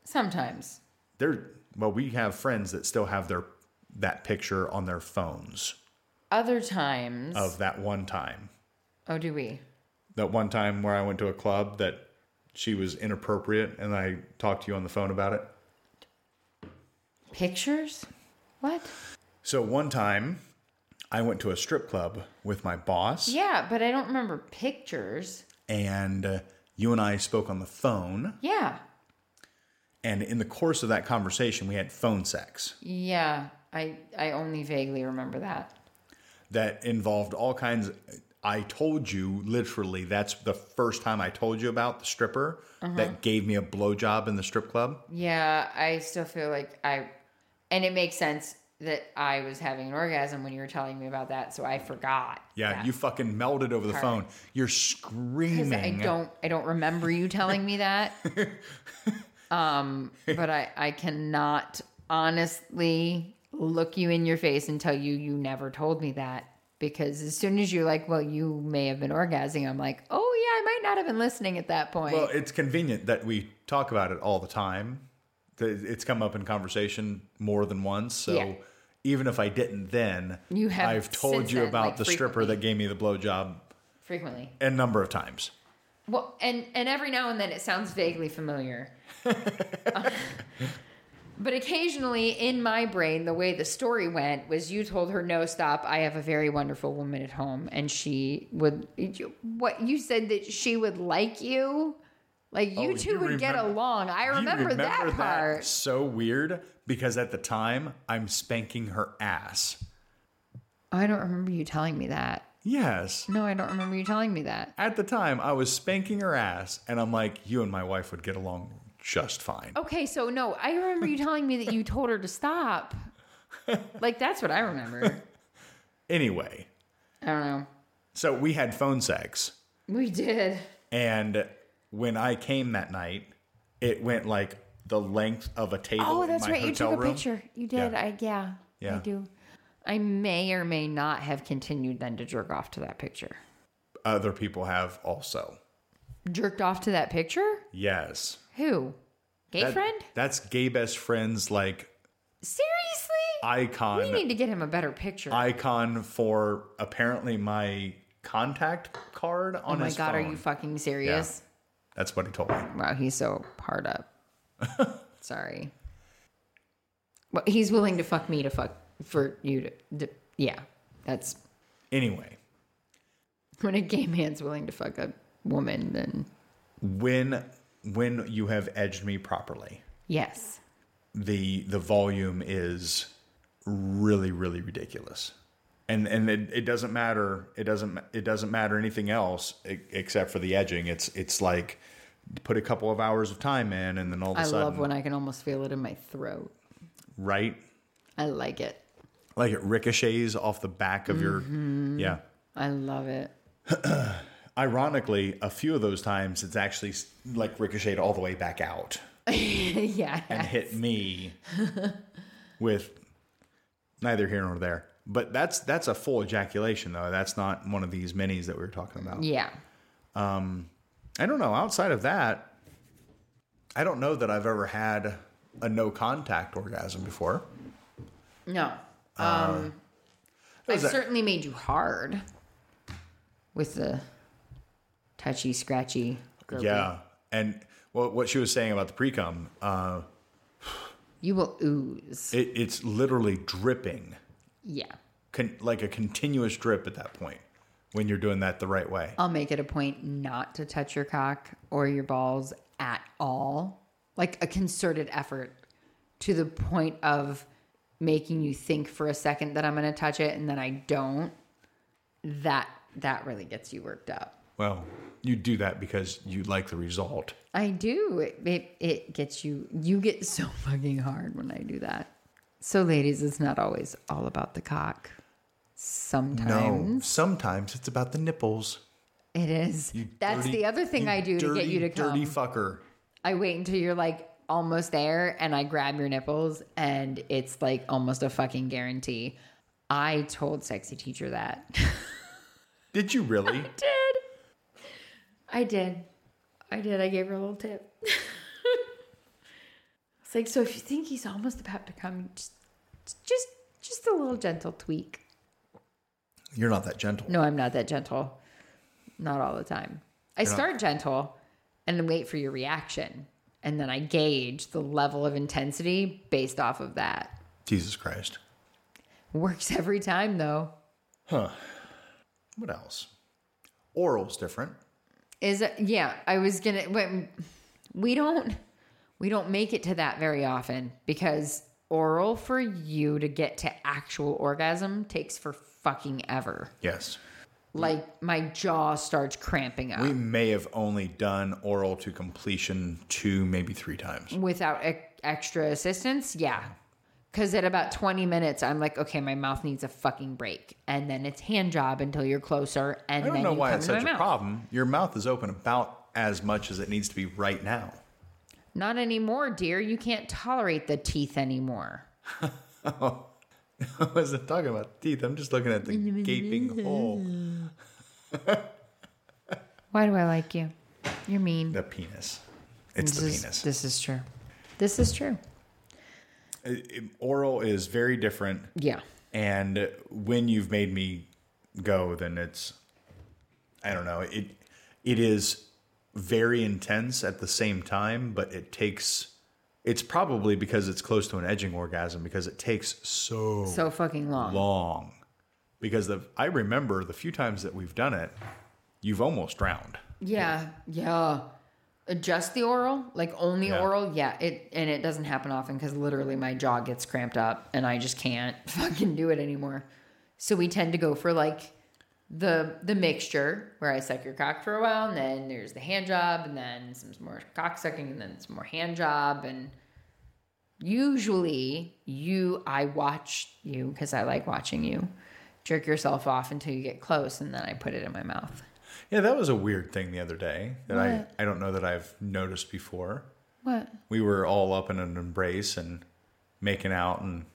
Sometimes. there well we have friends that still have their that picture on their phones Other times. of that one time. Oh, do we? That one time where I went to a club that she was inappropriate and I talked to you on the phone about it. Pictures? What? So one time I went to a strip club with my boss Yeah, but I don't remember pictures. and uh, you and I spoke on the phone Yeah. and in the course of that conversation we had phone sex Yeah. I, I only vaguely remember that. that involved all kinds I told you literally that's the first time I told you about the stripper Uh-huh. that gave me a blowjob in the strip club. Yeah, I still feel like I. And it makes sense that I was having an orgasm when you were telling me about that, so I forgot. Yeah, you fucking melted over the phone. You're screaming. I don't I don't remember you telling me that. um, but I I cannot honestly look you in your face and tell you you never told me that because as soon as you're like, well, you may have been orgasming, I'm like, oh yeah, I might not have been listening at that point. Well, it's convenient that we talk about it all the time. Th- It's come up in conversation more than once. So Yeah. even if I didn't then, You have I've told since you then, about like, the stripper frequently. that gave me the blowjob Frequently. a number of times. Well, and and every now and then it sounds vaguely familiar. but occasionally in my brain the way the story went was you told her no stop i have a very wonderful woman at home and she would what you said that she would like you like you Oh, two you would get remember- along i You remember, that part so weird because at the time I'm spanking her ass. i don't remember you telling me that Yes. no i don't remember you telling me that At the time I was spanking her ass and I'm like you and my wife would get along just fine. okay so no i remember you telling me that you told her to stop like that's what i remember Anyway, i don't know so we had phone sex. We did. And when I came that night, it went like the length of a table. Oh, in that's my right. You Hotel took a room. picture. You did. Yeah. I yeah. Yeah. I do. I may or may not have continued then to jerk off to that picture. Other people have also. Jerked off to that picture? Yes. Who? Gay That- friend? That's gay best friends like Seriously? we icon need to get him a better picture. Oh icon for apparently my contact card oh on my his god, phone. are you fucking serious? That's what he told me. Wow, he's so hard up. Sorry. Well, he's willing to fuck me to fuck for you to, to yeah. That's Anyway, when a gay man's willing to fuck a woman, then when when you have edged me properly, yes. the the volume is really really ridiculous and and it, it doesn't matter it doesn't it doesn't matter anything else e- except for the edging it's it's like put a couple of hours of time in and then all of a I sudden love when I can almost feel it in my throat. right I like it. like it ricochets off the back of Mm-hmm. your yeah I love it. ironically a few of those times it's actually s- like ricocheted all the way back out yeah. and hit me with neither here nor there. But that's that's a full ejaculation though. That's not one of these minis that we were talking about. Yeah. I don't know. Outside of that, I don't know that I've ever had a no contact orgasm before. No. Um, I've Uh, was a- certainly made you hard with the touchy, scratchy. gurgly. Yeah. And well, what she was saying about the precum, uh, You will ooze. it, it's literally dripping, Yeah. con- like a continuous drip at that point when you're doing that the right way. I'll make it a point not to touch your cock or your balls at all. Like a concerted effort to the point of making you think for a second that I'm going to touch it and then I don't. That that really gets you worked up. Well, you do that because you like the result. I do. It, it it gets you you get so fucking hard when I do that. So ladies, it's not always all about the cock. No, Sometimes sometimes it's about the nipples. it is. That's Dirty- the other thing you I do to get dirty, you to come. Dirty fucker. I wait until you're like almost there and I grab your nipples and it's like almost a fucking guarantee. I told sexy teacher that. Did you really? did. I did. I did. I gave her a little tip. it's like, so if you think he's almost about to come, just just just little gentle tweak. You're not that gentle. No, I'm not that gentle. Not all the time. I not- start gentle and then wait for your reaction. And then I gauge the level of intensity based off of that. Jesus Christ. Works every time though. What else? Oral's different. Is it, yeah, I was gonna but we don't we don't make it to that very often because oral for you to get to actual orgasm takes for fucking ever. Yes. Like my jaw starts cramping up. We may have only done oral to completion two, maybe three times. without e- extra assistance, yeah. Because at about 20 minutes, I'm like, okay, my mouth needs a fucking break. And then it's hand job until you're closer. And I don't then know you why come it's to my such a mouth. problem. Your mouth is open about as much as it needs to be right now. Not anymore, dear. You can't tolerate the teeth anymore. I wasn't talking about teeth. I'm just looking at the gaping hole. Why do I like you? You're mean. The penis. It's this the is, penis. This is true. This is true. It- it- oral is very different. Yeah. And when you've made me go, then it's I don't know. It it is very intense at the same time, but it takes it's probably because it's close to an edging orgasm because it takes so, So fucking long. long. Because the I remember the few times that we've done it, you've almost drowned. Yeah. Yeah. Uh, Just the oral, like only Yeah. oral, yeah. It and it doesn't happen often because literally my jaw gets cramped up and I just can't fucking do it anymore. So we tend to go for like the the mixture where I suck your cock for a while and then there's the hand job and then some more cock sucking and then some more hand job and usually you I watch you because I like watching you jerk yourself off until you get close and then I put it in my mouth. Yeah, that was a weird thing the other day that I, I don't know that I've noticed before. What? we were all up in an embrace and making out and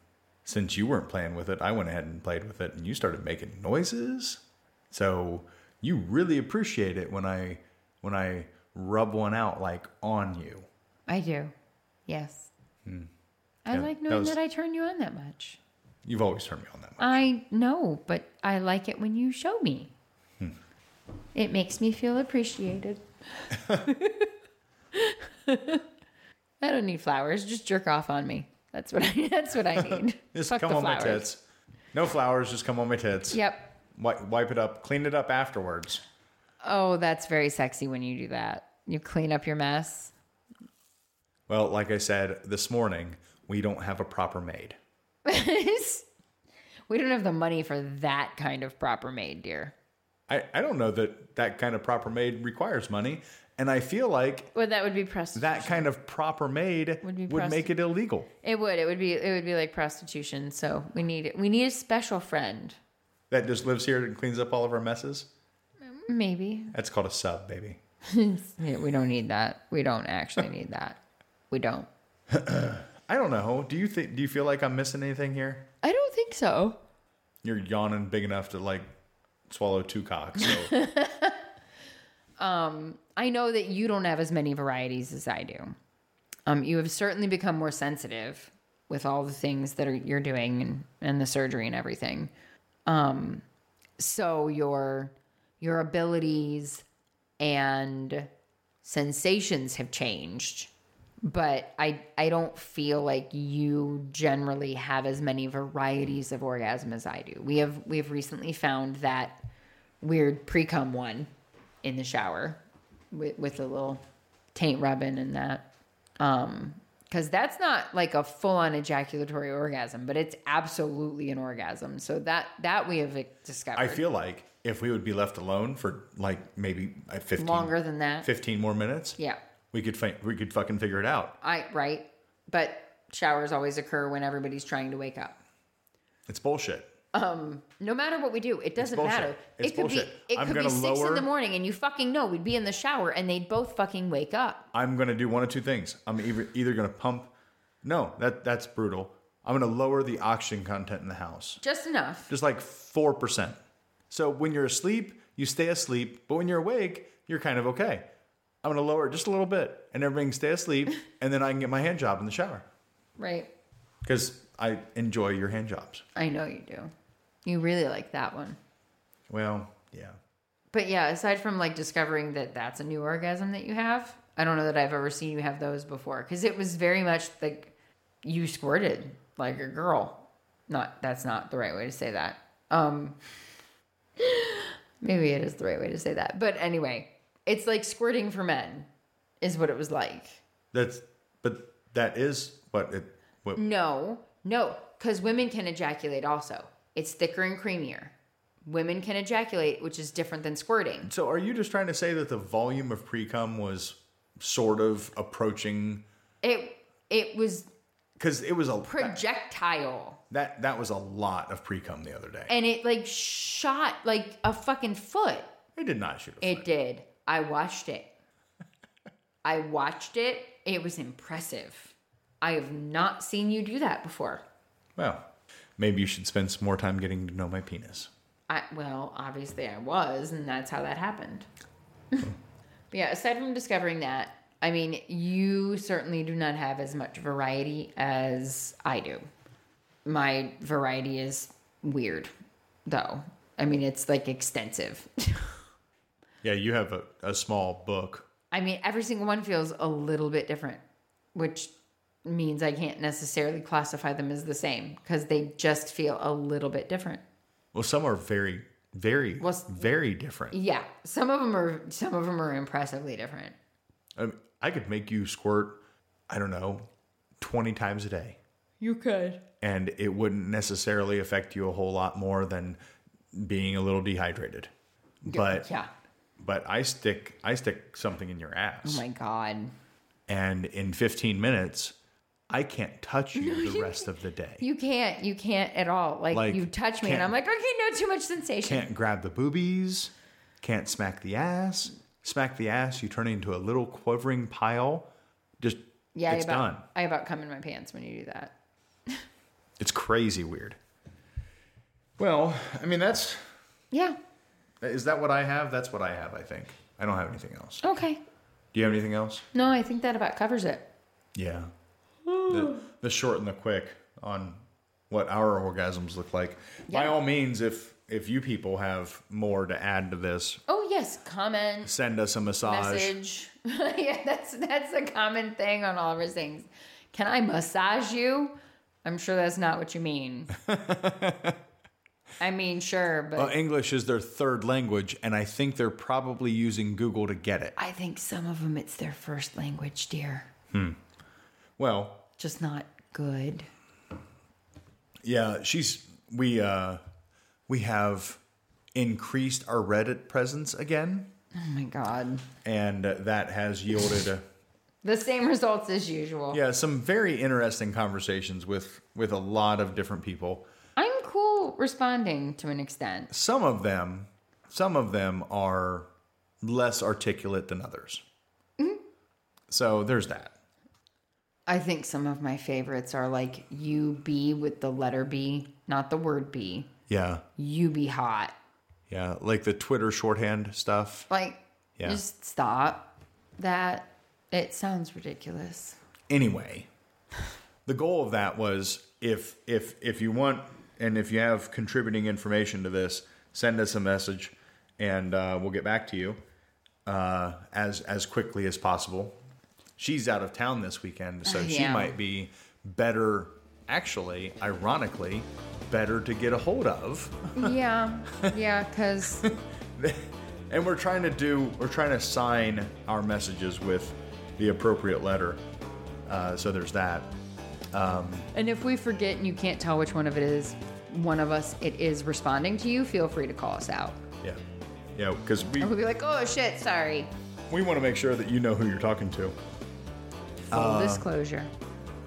since you weren't playing with it i went ahead and played with it and you started making noises so you really appreciate it when i when i rub one out like on you I do. Yes. I Hmm. Yeah, like that knowing that, was- I turn you on that much. you've always turned me on that much I know, but I like it when you show me. Hmm. It makes me feel appreciated. I don't need flowers. Just jerk off on me. That's what I. That's what I need. just Fuck come the on my flowers. tits no flowers just come on my tits Yep. Wi- wipe it up clean it up afterwards Oh, that's very sexy when you do that. You clean up your mess. well like i said this morning we don't have a proper maid we don't have the money for that kind of proper maid, dear. i, I don't know that that kind of proper maid requires money and i feel like Well, that would be prostitution. that kind of proper maid Would would, be make it illegal. It would. It would be. It would be like prostitution. So we need. We need a special friend. That just lives here and cleans up all of our messes. Maybe. That's called a sub, baby. Yeah, we don't need that. We don't actually need that. We don't. I don't know. Do you think? Do you feel like I'm missing anything here? I don't think so. You're yawning big enough to like swallow two cocks. So I know that you don't have as many varieties as I do. Um, you have certainly become more sensitive with all the things that are, you're doing and, and the surgery and everything. Um, so your your abilities and sensations have changed, but I I don't feel like you generally have as many varieties of orgasm as I do. We have we have recently found that weird pre cum one in the shower with, with a little taint rubbing and that. Um, cause that's not like a full on ejaculatory orgasm, but it's absolutely an orgasm. So that, that we have like, discovered I feel like if we would be left alone for like maybe uh, 15, longer than that. 15 more minutes, Yeah. we could fi- we could fucking figure it out. I, right. But showers always occur when everybody's trying to wake up. It's bullshit. No matter what we do, it doesn't bullshit. matter. It's it could bullshit. be it I'm could be gonna six in lower- the morning, and you fucking know we'd be in the shower, and they'd both fucking wake up. I'm gonna do one of two things. I'm either, either gonna pump. No, that that's brutal. I'm gonna lower the oxygen content in the house. Just enough. just like 4%. So when you're asleep, you stay asleep, but when you're awake, you're kind of okay. I'm gonna lower it just a little bit and everything stay asleep, and then I can get my hand job in the shower. Right. because I enjoy your hand jobs. I know you do. You really like that one. Well, yeah. But yeah, aside from like discovering that that's a new orgasm that you have, I don't know that I've ever seen you have those before because it was very much like you squirted like a girl. Not that's not the right way to say that. Um maybe it is the right way to say that. But anyway, it's like squirting for men is what it was like. That's but that is what it. What, Mm. No, no, because women can ejaculate also. It's thicker and creamier. Women can ejaculate, which is different than squirting. so are you just trying to say that the volume of pre cum was sort of approaching? It it was Because it was a projectile. that that was a lot of pre cum the other day. And it like shot like a fucking foot. I did not shoot a It foot. did. I watched it. I watched it. It was impressive. I have not seen you do that before. Well, maybe you should spend some more time getting to know my penis. I well, obviously I was, and that's how that happened. but yeah, aside from discovering that, I mean, you certainly do not have as much variety as I do. My variety is weird, though. I mean, it's like extensive. Yeah, you have a, a small book. I mean, every single one feels a little bit different, which means I can't necessarily classify them as the same because they just feel a little bit different. Well, some are very, very, What's- very different. Yeah, some of them are some of them are impressively different. I, mean, Um, I could make you squirt, I don't know, 20 times a day, You could. and it wouldn't necessarily affect you a whole lot more than being a little dehydrated. But Yeah. but I stick I stick something in your ass, Oh my god. and in 15 minutes, I can't touch you the rest of the day. You can't. You can't at all. Like, Like, you touch me, and can't- I'm like, okay, no, too much sensation. can't grab the boobies, can't smack the ass. Smack the ass, you turn into a little quivering pile. Just Yeah, it's I about, done. I about come in my pants when you do that. It's crazy weird. Well, I mean that's Yeah. is that what I have? That's what I have, I think. I don't have anything else. Okay. Do you have anything else? No, I think that about covers it. Yeah. The, the short and the quick on what our orgasms look like. By Yeah. all means, if if you people have more to add to this, Oh yes, comment. send us a massage. message. yeah, that's that's a common thing on all of our things. Can I massage you? I'm sure that's not what you mean. I mean, sure, but Well, Uh, English is their third language, and I think they're probably using Google to get it. I think some of them it's their first language, dear. Well, Just not good. yeah, she's we uh we have increased our Reddit presence again, Oh my god. and that has yielded uh The same results as usual. yeah some very interesting conversations with with a lot of different people. I'm cool responding to an extent. Some of them, some of them are less articulate than others. So there's that. I think some of my favorites are like you be with the letter B, not the word B. Yeah, You be hot. yeah, like the Twitter shorthand stuff. Like, Yeah. just stop that. It sounds ridiculous. anyway the goal of that was if if if you want and if you have contributing information to this send us a message and uh, we'll get back to you uh, as as quickly as possible she's out of town this weekend so Oh, she yeah. might be better actually ironically better to get a hold of yeah, yeah, because and we're trying to do we're trying to sign our messages with the appropriate letter uh, so there's that and if we forget and you can't tell which one of it is, one of us it is responding to you. Feel free to call us out. Yeah. Yeah, because we, We'll be like, oh shit, sorry. we want to make sure that you know who you're talking to. Full disclosure.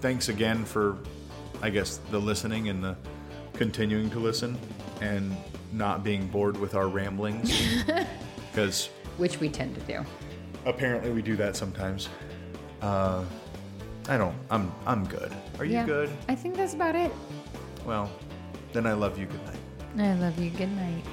Thanks again for, I guess, the listening and the continuing to listen and not being bored with our ramblings. Because Which we tend to do. apparently we do that sometimes. Uh, I don't. I'm I'm good. Are you yeah. good? I think that's about it. Well, then I love you. Good night. I love you. Good night.